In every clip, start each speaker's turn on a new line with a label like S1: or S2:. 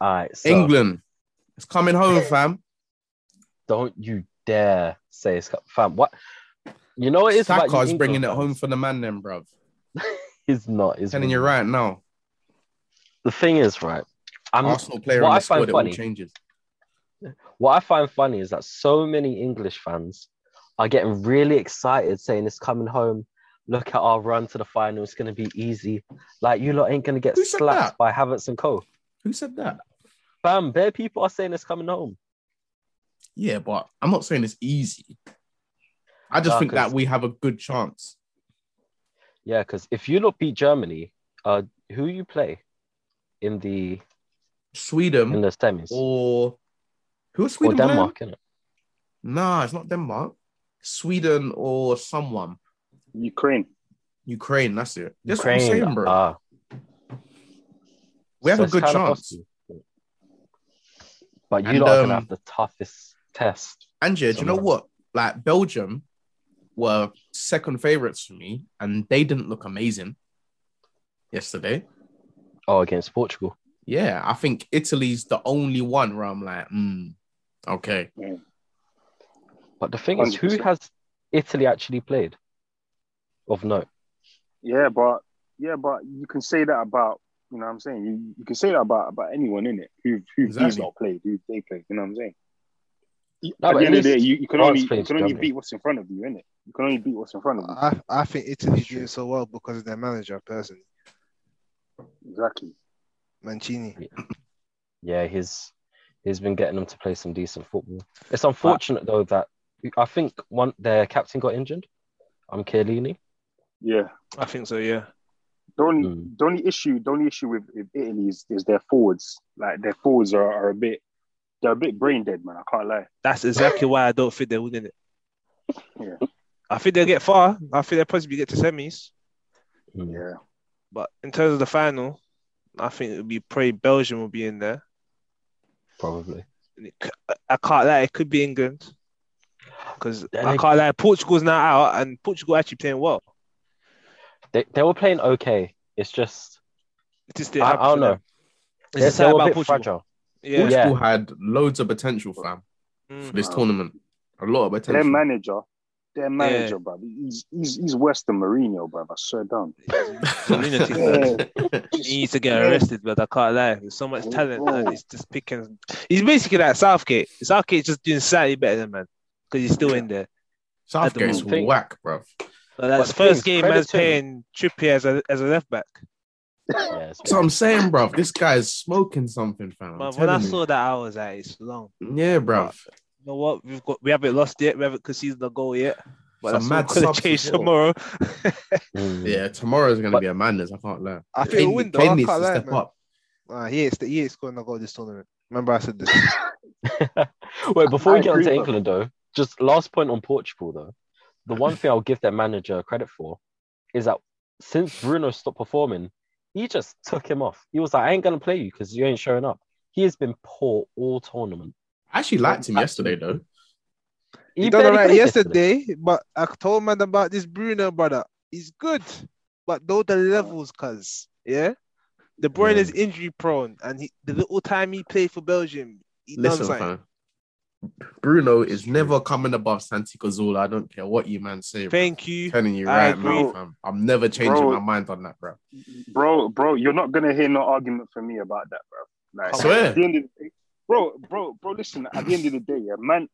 S1: All right, so
S2: England. It's coming home, fam.
S1: don't you dare say it's fam. What you know it is about you
S2: Saka's
S1: England
S2: bringing it
S1: fans?
S2: home for the man, then, bruv.
S1: He's not. He's
S2: Telling you
S1: not.
S2: right now,
S1: The thing is, right? I'm
S2: Arsenal player
S1: what
S2: in
S1: I
S2: the
S1: find
S2: squad, it all
S1: funny-
S2: changes.
S1: what I find funny is that so many English fans are getting really excited saying it's coming home. Look at our run to the final. It's going to be easy. Like, you lot ain't going to get
S2: Who said
S1: slapped
S2: that?
S1: by Havertz and Co.
S2: Who said that?
S1: Bam, bare people are saying it's coming home.
S2: Yeah, but I'm not saying it's easy. I just
S1: Nah,
S2: think
S1: 'cause-
S2: that we have a good chance.
S1: Yeah, because if you lot beat Germany, uh, who you play in the in
S2: Sweden
S1: the semis
S2: or who is
S1: or
S2: Sweden? playing?
S1: Denmark? Innit?
S2: Nah, it's not Denmark. Sweden or someone.
S3: Ukraine.
S2: Ukraine, that's it. That's
S1: Ukraine,
S2: what I'm saying, bro.
S1: ah.
S2: we have
S1: So
S2: a
S1: it's
S2: good
S1: kinda
S2: chance.
S1: possible. But you
S2: And,
S1: lot are gonna
S2: um,
S1: have the toughest test.
S2: And yeah, do you know
S1: Someone.
S2: what? Like Belgium were second favorites for me, and they didn't look amazing yesterday.
S1: Oh, against Portugal.
S2: Yeah, I think Italy's the only one where I'm like, hmm, okay.
S1: But the thing is, who
S3: 100%.
S1: has Italy actually played? Of note.
S3: Yeah, but yeah, but you can say that about you know what I'm saying. You, you can say that about about anyone in it who who these
S2: Exactly.
S3: not played, who they played. You know what I'm saying.
S1: No,
S3: At
S1: but
S3: the
S1: at
S3: end of the day,
S1: least
S3: you, you can
S1: France
S3: only you
S1: plays
S3: can only
S1: Germany.
S3: beat what's in front of you, innit? You can only beat what's in front of
S1: Uh-huh.
S3: you.
S4: I, I think Italy's doing so well because of their manager, personally,
S3: Exactly.
S4: Mancini.
S1: yeah, he's he's been getting them to play some decent football. It's unfortunate though that I think one their captain got injured. I'm Chiellini.
S3: Yeah.
S4: I think so, yeah.
S3: The only,
S1: Mm.
S3: the only issue the only issue with, with Italy is, is their forwards. Like their forwards are, are a bit they're a bit brain dead, man. I can't lie.
S5: That's exactly why I don't think they're winning it.
S3: Yeah.
S5: I think they'll get far. I think they'll possibly get to semis.
S1: Mm.
S3: Yeah.
S5: But in terms of the final, I think it'll be probably Belgium will be in there.
S1: Probably.
S5: And it, c- I can't lie, it could be England. Because
S1: Yeah,
S5: I
S1: they-
S5: can't lie, Portugal's now out and Portugal actually playing well.
S1: They they were playing okay. It's just
S5: It just didn't
S1: I, I
S5: happen for
S1: don't know.
S5: them. It's
S1: They,
S5: just sad
S1: they were
S5: about
S1: a bit
S5: Portugal.
S1: fragile.
S5: Yeah.
S2: Portugal had loads of potential, fam, for
S5: Mm.
S2: this
S3: Wow.
S2: tournament. A lot of
S3: Their
S2: potential.
S3: manager, their manager, bruv. He's, he's he's worse than Mourinho, bruv. I swear down.
S5: Mm. Lunatic, man. He needs to get
S3: Yeah.
S5: arrested, but I can't lie. There's so much talent
S3: Oh.
S5: and he's just picking. He's basically like Southgate. Southgate's just doing slightly better than man because he's still in there.
S2: Southgate's
S1: I don't
S2: whack, bro.
S5: But
S1: But
S5: that's
S1: the
S5: first
S1: thing is,
S5: game as
S1: credit to
S5: playing Trippier as a as a left back.
S1: Yeah, it's
S2: So I'm saying, bro, this guy's smoking something, fam. I'm
S5: But when I
S2: telling you.
S5: saw that, I was like, it's long.
S2: yeah, bro.
S5: You know what? We've got we haven't lost yet. We haven't conceded the goal yet. But
S2: Some
S5: that's
S2: mad
S5: going
S2: subs
S5: to change
S2: as well.
S5: tomorrow.
S1: Mm.
S2: Yeah, tomorrow's gonna
S1: But-
S2: be a madness. I can't lie.
S4: I
S5: Yeah.
S4: think
S2: Kane,
S5: win though,
S2: Kane
S4: I
S2: needs
S4: can't
S2: to
S4: lie,
S2: step
S4: man.
S2: up.
S4: uh, he ain't, he ain't scoring a goal this tournament. Remember, I said this.
S1: Wait, before
S3: I
S1: we get on
S3: agree
S1: to
S3: with
S1: England, though, just last point on Portugal, though. The one thing I'll give their manager credit for is that since Bruno stopped performing, he just took him off. He was like, I ain't going to play you because you ain't showing up. He has been poor all tournament.
S2: I actually liked him yesterday, though.
S4: He, done
S1: barely
S4: all right
S1: played
S4: yesterday, but I told man about this Bruno brother. He's good, but though the levels, cuz yeah,
S5: De Bruyne
S1: Yeah.
S5: is injury prone, and he, the little time he played for Belgium, he done
S2: Listen,
S5: something.
S2: fam. Bruno is never coming above Santi Cazorla. I don't care what you man say. Bro.
S5: Thank you.
S2: I'm telling you
S5: I
S2: right now,
S3: agree.
S2: fam. I'm never changing
S3: Bro.
S2: my mind on that, bro.
S3: bro, bro, you're not gonna hear no argument from me about that, bro. Like,
S2: I swear.
S3: At the end of the day, bro, bro, bro. Listen, at the end of the day, yeah, man,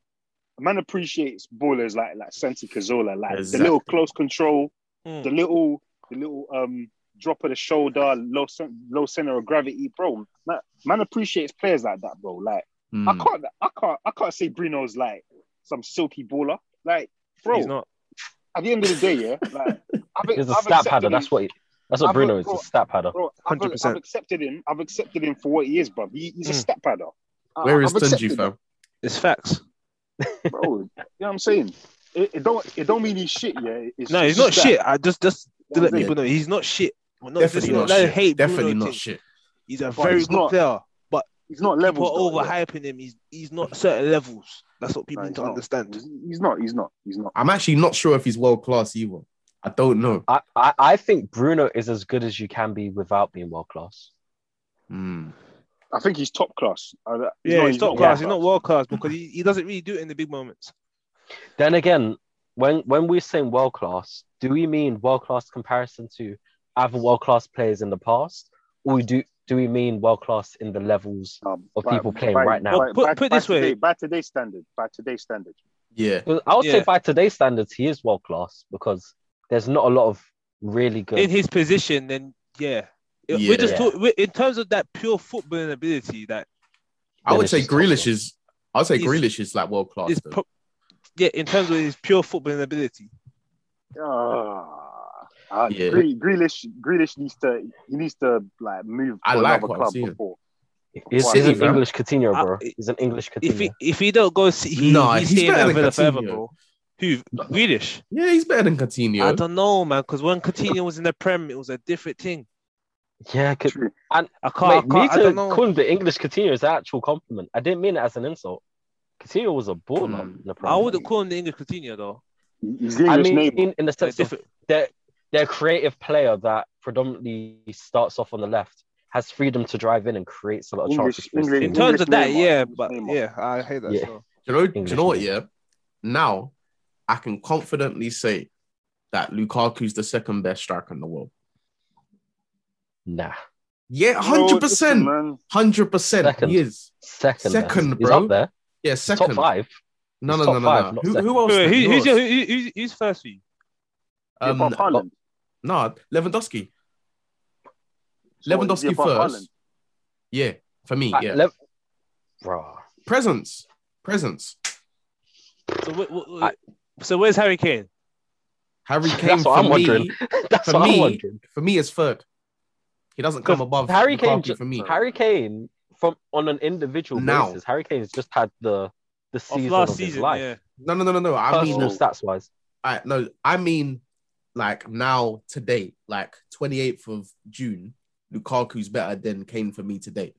S3: man appreciates ballers like like Santi Cazorla, like the
S2: Exactly.
S3: little close control,
S1: Hmm.
S5: Mm.
S3: the little, the little um drop of the shoulder, low cen- low center of gravity, bro. Man, man appreciates players like that, bro. Like I
S2: Mm.
S3: can't, I can't, I can't say Bruno's like some silky baller, like bro.
S5: He's not.
S3: At the end of the day, yeah, like I've,
S1: He's a
S3: I've
S1: stat
S3: accepted
S1: padder.
S3: him-
S1: That's what, he, that's what
S3: I've-
S1: Bruno is,
S3: bro,
S1: a stat padder.
S3: Bro, I've,
S5: 100%.
S3: I've accepted him. I've accepted him for what he is, bro. He, he's a
S5: Mm.
S3: step padder. I-
S2: Hmm. Where is
S3: I've accepted
S2: Tunji, fam?
S5: It's facts.
S3: him, bro? You know what I'm saying? It, it don't it don't mean he's shit, yeah. It's,
S5: No,
S3: it's
S5: he's not
S3: just
S5: shit. I just just to
S3: Yeah,
S5: let
S2: yeah.
S5: people know he's not shit. We're not-
S2: Definitely
S5: it's
S2: not
S5: no
S2: shit.
S5: hate Bruno
S2: Definitely not
S5: thing.
S2: shit.
S5: He's a
S3: But
S5: very
S3: he's
S5: good
S3: not-
S5: player.
S3: that. He's not
S5: People
S3: levels.
S5: are
S3: though, yeah.
S5: overhyping him. He's he's not certain levels. That's what people
S3: No,
S5: need
S3: he's
S5: to
S3: not.
S5: understand.
S3: He's not. He's not. He's not.
S2: I'm actually not sure if he's world class either. I don't know.
S1: I, I, I think Bruno is as good as you can be without being world class.
S2: Mm.
S3: I think he's top class. I- he's
S5: Yeah,
S3: not-
S5: he's top
S3: not
S5: class. He's not world class because he, he doesn't really do it in the big moments.
S1: Then again, when when we're saying world class, do we mean world class comparison to other world class players in the past, or we do do we mean world class in the levels?
S3: Um,
S1: Of people playing right now.
S5: Well, put- put it this way.
S3: today, by today's standard, by today's standard,
S2: Yeah.
S1: 'Cause I would say
S5: Yeah.
S1: by today's standards, he is world class because there's not a lot of really good.
S5: In his position, then yeah. It- We're just
S1: Yeah.
S5: talk, we in terms of that pure footballing ability that
S2: I would
S1: Grealish
S2: say
S1: is top
S2: Grealish is. I'd say
S5: He's-
S2: Grealish is like world class.
S5: is pro- yeah, in terms of his pure footballing ability.
S3: Ah, uh,
S2: Yeah.
S3: Gre- Grealish, Grealish needs to he needs to like move to
S2: I like
S3: another
S2: what I'm
S3: club
S2: seeing.
S3: before.
S1: He's,
S3: Why
S1: he's
S2: isn't
S1: an
S2: that-
S1: English Coutinho,
S5: Uh,
S1: bro. he's an English
S5: If
S1: Coutinho.
S5: he if he don't go, see, he,
S2: Nah,
S5: he's
S2: he's
S5: staying
S2: better
S5: at
S2: than
S5: Villa forever,
S2: Coutinho.
S5: bro. Who Grealish?
S2: yeah, he's better than
S5: I
S2: Coutinho.
S5: don't know, man. Because when Coutinho was in the Prem, it was a different thing.
S1: yeah, could,
S3: True.
S5: I can't.
S1: mate,
S5: I,
S1: me
S5: can't, I
S1: to
S5: don't know.
S1: call him the English Coutinho is an actual compliment. I didn't mean it as an insult. Coutinho was a baller.
S2: Mm.
S1: in the Prem.
S5: Hmm. I wouldn't call him the English Coutinho though.
S3: He's the
S1: I
S3: English
S1: mean,
S3: neighbour.
S1: in, in the
S5: They're
S1: sense of
S5: different.
S1: they're, they're a creative player that predominantly starts off on the left, has freedom to drive in and creates a lot of
S3: English-
S1: chances. for his
S3: English-
S5: In
S1: team.
S5: terms of that,
S3: Neymar,
S5: yeah,
S3: English
S5: but
S3: Neymar.
S5: yeah, I hate that.
S1: Yeah.
S2: Do
S5: So.
S2: you know, do you
S1: English
S2: know what?
S1: name.
S2: Yeah, now I can confidently say that Lukaku's the second best striker in the world.
S1: Nah,
S2: Yeah,
S3: No,
S2: hundred
S3: listen,
S2: percent,
S3: man.
S2: hundred percent.
S1: Second.
S2: He is.
S1: second. best.
S2: Second,
S1: He's
S2: bro.
S1: up there.
S2: Yeah, second.
S1: Top five.
S2: No, no,
S1: He's
S2: no,
S1: top
S2: no,
S1: five,
S2: no.
S1: not
S2: Who,
S1: second.
S2: who else?
S5: Wait,
S2: than
S5: who,
S2: yours?
S5: who's, your, who, who's, who's first for you?
S3: Yeah,
S2: Um,
S3: but Haaland.
S2: no, Lewandowski.
S3: So,
S2: Lewandowski
S3: yeah, but
S2: first.
S3: Haaland.
S2: Yeah, for me.
S1: Uh,
S2: Yeah,
S1: Lev- bro,
S2: presence, presence.
S5: So, wh- wh- so where's Harry Kane?
S2: Harry Kane.
S1: That's what
S2: for
S1: I'm
S2: me,
S1: wondering. that's
S2: For
S1: what
S2: me,
S1: I'm wondering.
S2: for me, is third. He doesn't come above
S1: Harry Kane
S2: Lukaku
S1: ju-
S2: for me.
S1: Harry Kane, from on an individual
S2: Now.
S1: basis, Harry Kane's just had the the
S5: Of
S1: season of,
S5: last
S1: his
S5: season,
S1: life.
S5: yeah.
S2: No, no, no, no, no. I mean, uh,
S1: Personal stats wise,
S2: I no, I mean, like now today, like twenty eighth of June, Lukaku's better than Kane for me today.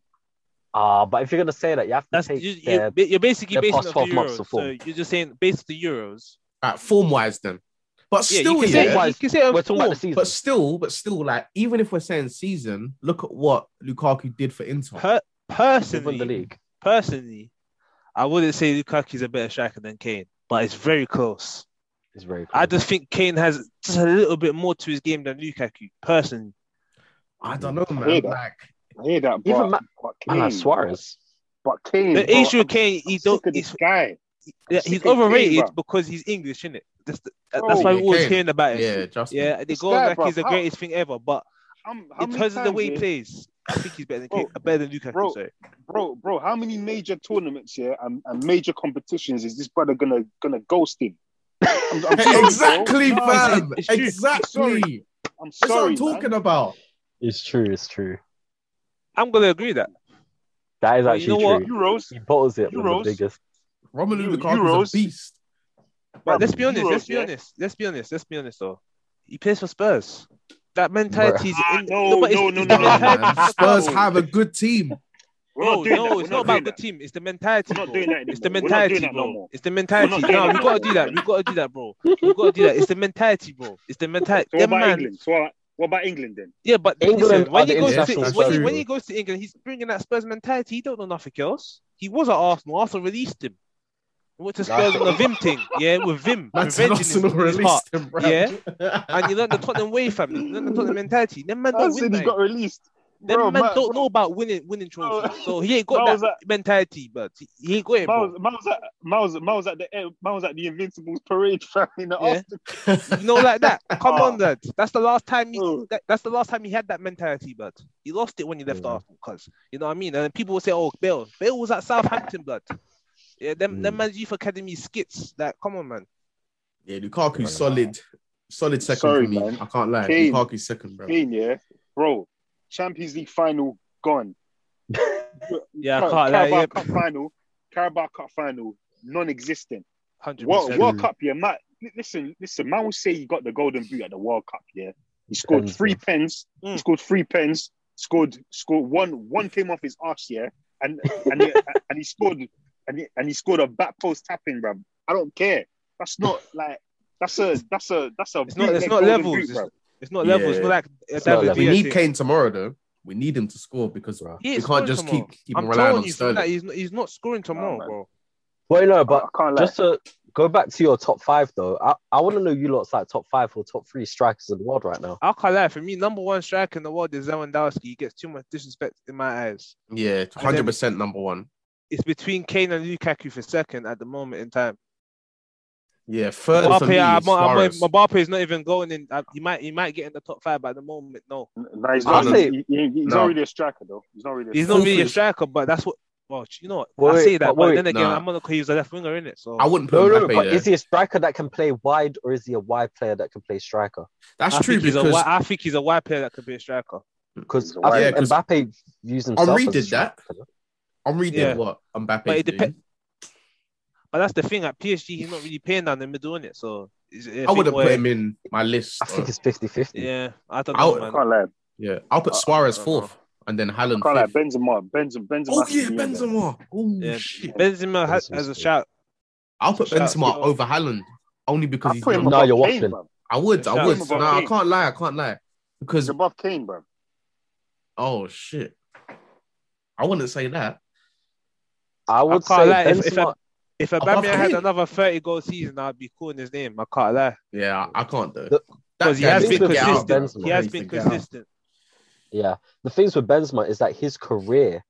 S1: ah, but if you're gonna say that, you have to
S5: That's
S1: take
S5: you,
S1: their
S5: you, you're basically
S1: their
S5: basing
S1: past
S5: it
S1: 12
S5: off the
S1: months
S5: Euros.
S1: of
S5: So
S1: form.
S5: you're just saying based the Euros.
S2: All right, form wise, then, but
S5: Yeah,
S2: still,
S5: you
S2: yeah,
S5: can say
S1: yeah.
S5: you can say
S1: We're
S5: a
S1: talking about
S5: form.
S1: the season.
S2: but still, but still, like even if we're saying season, look at what Lukaku did for
S3: Oh.
S2: Inter.
S5: Per-
S1: They've won the
S5: personally,
S1: league.
S5: personally, I wouldn't say Lukaku's a better striker than Kane, but it's very close.
S1: It's very. Cool.
S5: I just think Kane has just a little bit more to his game than Lukaku. Personally,
S2: I don't know, man.
S3: Hear that.
S2: Like,
S3: I hear that, but,
S1: Even Ma-
S3: but
S1: Man,
S3: Kane,
S1: like Suarez.
S3: but Kane.
S5: the
S3: bro,
S5: issue
S3: I'm
S5: with Kane, he
S3: sick
S5: don't,
S3: of this
S5: he's,
S3: guy.
S5: yeah,
S3: sick of
S5: he's
S3: Kane,
S5: overrated
S3: bruv.
S5: because he's English, isn't it? That's, the, that-
S3: Bro,
S5: that's why we're
S2: yeah,
S5: always
S2: Kane.
S5: hearing about it.
S2: yeah, just
S5: Yeah, they go
S3: guy,
S5: like
S3: bruv,
S5: he's the
S3: how-
S5: greatest thing ever, but
S3: Um, how
S5: in
S3: many
S5: terms of the
S3: times,
S5: way he
S3: yeah,
S5: plays, I think he's better than Kane,
S3: Bro,
S5: better than Lukaku.
S3: bro,
S5: sorry.
S3: bro, bro, how many major tournaments here and, and major competitions is this brother gonna gonna ghost in? I'm, I'm sorry, bro.
S2: exactly,
S3: No, I'm,
S2: fam.
S5: it's true.
S2: Exactly.
S3: Sorry. I'm
S2: That's what
S3: sorry,
S2: I'm talking
S3: man.
S2: about.
S1: It's true. It's true.
S5: I'm gonna agree with that.
S1: That is
S5: Well,
S1: actually
S5: you know what?
S1: true.
S3: Euros,
S1: He bottles it with
S3: Euros.
S1: the biggest.
S2: Romelu
S3: Eu-
S2: Lukaku's
S3: Euros.
S2: a beast.
S5: But let's be honest.
S3: Euros,
S5: let's be
S3: yeah.
S5: honest. Let's be honest. Let's be honest. Though he plays for Spurs. That mentality is
S3: Ah,
S5: in.
S3: no,
S5: but it's-
S3: no,
S5: it's
S3: no,
S5: the
S2: Come
S3: no,
S2: on,
S5: mentality
S2: man.
S5: of the
S2: Spurs
S5: club.
S2: have a good team.
S3: We're
S5: No,
S3: not doing
S5: no,
S3: that. We're
S5: it's not
S3: doing
S5: about the
S3: that.
S5: team. It's the mentality.
S3: We're not
S5: bro.
S3: doing that
S5: It's the
S3: anymore. We're not
S5: mentality,
S3: doing that
S5: bro.
S3: no more.
S5: It's the
S3: doing
S5: mentality. No,
S3: that
S5: we
S3: no
S5: gotta
S3: more.
S5: do that. We gotta do that, bro. We gotta do that. It's the mentality, bro. It's the mentality.
S3: So what about England? So what, what about England then?
S5: Yeah, but
S1: England
S5: listen,
S1: are
S5: when
S1: the
S5: he goes to
S1: international
S5: when he,
S2: Spurs.
S5: when he goes to England, he's bringing that Spurs mentality. He don't know nothing else. He was at Arsenal. Arsenal released him. He went to Spurs on the Vim thing. Yeah, with Vim.
S2: That's
S5: Revenge in his-
S2: Arsenal
S5: in his heart.
S2: released him, bro.
S5: Yeah. And you learn the Tottenham way, family. You learn the Tottenham mentality. Them man don't
S3: Hudson
S5: win,
S3: he
S5: man.
S3: got released.
S5: Them
S3: Bro,
S5: man
S3: Ma-
S5: don't know about winning winning trophies. So he ain't got
S3: Ma was
S5: that mentality, but he- he ain't got it,
S3: Ma
S5: bro.
S3: was, Ma was at Ma was, Ma was at the air- Ma was at the Invincibles parade fam, in the
S5: Yeah.
S3: Arsenal.
S5: You know, like that. Come
S3: Oh.
S5: on, lad. That's the last time he,
S3: Oh.
S5: that, that's the last time he had that mentality, blood. He lost it when he left
S1: Yeah.
S5: Arsenal, cause you know what I mean. And people will say, "Oh, Bale, Bale was at Southampton, blood." Yeah, them them
S1: Mm.
S5: man's youth academy skits. Like, come on, man.
S2: Yeah, Lukaku's solid, solid second
S3: Sorry,
S2: for me.
S3: man.
S2: I can't lie.
S3: Kane.
S2: Lukaku's second, bro.
S3: Kane, yeah, bro. Champions League final gone.
S5: Yeah,
S3: Car-
S5: I can't
S3: Carabao
S5: lie.
S3: Cup final, Carabao Cup final, non-existent.
S5: Hundred
S3: World,
S5: percent.
S3: World Cup, yeah, Matt. li- Listen, listen. Man will say he got the golden boot at the World Cup. Yeah, he scored
S1: Pens,
S3: three
S1: yeah.
S3: pens. He
S5: Mm.
S3: scored three pens. Scored, scored one. One came off his arse, yeah, and and he, and he scored and he, and he scored a back post tapping, bruv. I don't care. That's not like that's a that's a that's a.
S5: It's not- it's
S3: bootleg
S5: not
S3: golden
S5: levels.
S3: bruv.
S5: It's not level. It's
S2: Yeah.
S5: not like uh,
S1: It's not
S5: David
S1: level.
S2: We
S5: Villa
S2: need
S5: thing.
S2: Kane tomorrow, though. We need him to score because
S1: Bruh.
S5: He
S2: we
S5: is
S2: can't
S5: scoring
S2: just
S5: tomorrow.
S2: keep keep
S5: I'm
S2: relying
S5: telling
S2: on
S5: you, from that
S2: Sterling.
S5: he's not, he's not scoring tomorrow,
S3: Oh, man.
S5: bro.
S1: Well, no, but
S3: I can't lie.
S1: just to go back to your top five though, I, I want to know you lot's like top five or top three strikers in the world right now.
S5: I can't lie. For me, number one striker in the world is Lewandowski. He gets too much disrespect in my eyes.
S2: Yeah, hundred percent number one.
S5: It's between Kane and Lukaku for second at the moment in time.
S2: Yeah, third for me
S5: Mbappe,
S2: is
S5: I'm, I'm,
S2: Suarez.
S5: Mbappe is not even going in. uh, He might, he might get in the top five at the moment. No,
S3: Nah, he's
S1: I'll
S3: not,
S1: say-
S3: he- he- he's
S2: No.
S3: not really a striker though. He's not really. A
S5: he's
S3: striker.
S5: not really a
S2: Who's-
S5: striker, but that's what. Well, you know, what?
S1: Wait,
S5: I say that,
S1: but
S5: but,
S1: wait,
S5: then again,
S2: nah.
S5: I'm not he's a left winger in it. So
S2: I wouldn't
S1: No,
S2: put
S1: no,
S2: Mbappe
S1: but
S2: there.
S1: is he a striker that can play wide or is he a wide player that can play striker?
S2: That's
S5: I
S2: true
S5: think he's a
S2: because
S5: wi- I think he's a wide player that could be a striker.
S1: Because
S3: Mm, He's a
S1: I
S2: wide-
S1: think
S2: Yeah, 'cause
S1: Mbappe used himself.
S2: Henri
S1: as a
S2: did that.
S1: striker.
S2: Henri did
S5: Yeah.
S2: what Mbappe
S5: But it
S2: doing.
S5: depe- But that's the thing at PSG, he's not really paying down the middle in it. So it's- it's a
S2: I
S5: thing
S2: would have
S5: where-
S2: put him in my list.
S1: I think
S3: Oh.
S2: though.
S1: it's 50 50.
S5: Yeah, I don't
S2: I
S5: know,
S2: would-
S5: man.
S3: I can't lie.
S2: yeah, I'll put
S3: I-
S2: Suarez
S5: I don't
S2: fourth and then Haaland
S3: I can't lie.
S2: fifth.
S3: Benzema. Benzema. Benzema.
S2: Oh
S3: has to
S2: yeah,
S3: be in there.
S2: Benzema. Oh
S5: Yeah.
S2: shit.
S5: Benzema has,
S1: Benzema's
S5: has a
S1: good.
S5: shout.
S2: I'll put
S5: Shout-
S2: Benzema over Haaland only because
S3: I
S2: he's
S3: put him
S1: No,
S2: young.
S3: above
S1: you're
S3: Kane,
S1: waffling.
S3: bruv.
S2: I would, I
S5: Shout-
S2: would.
S3: Shout-
S2: No, I can't lie, I can't lie
S3: He's
S2: because
S3: above Kane, bro.
S2: oh shit, I wouldn't say that.
S1: I would
S5: can't
S1: say
S5: lie, if- if I-
S1: Benzema-
S5: If
S2: Above
S5: Aubameyang had
S2: Kane.
S5: another 30 goal season, I'd be calling his name. I can't lie.
S2: Yeah, I, I can't do.
S1: The-
S2: That
S5: 'Cause he
S2: guy
S5: has
S2: needs
S5: been
S2: to get out,
S1: consistent.
S2: bro.
S5: He has
S2: needs
S5: been
S2: to get out.
S5: consistent.
S1: yeah. The things with Benzema is that his career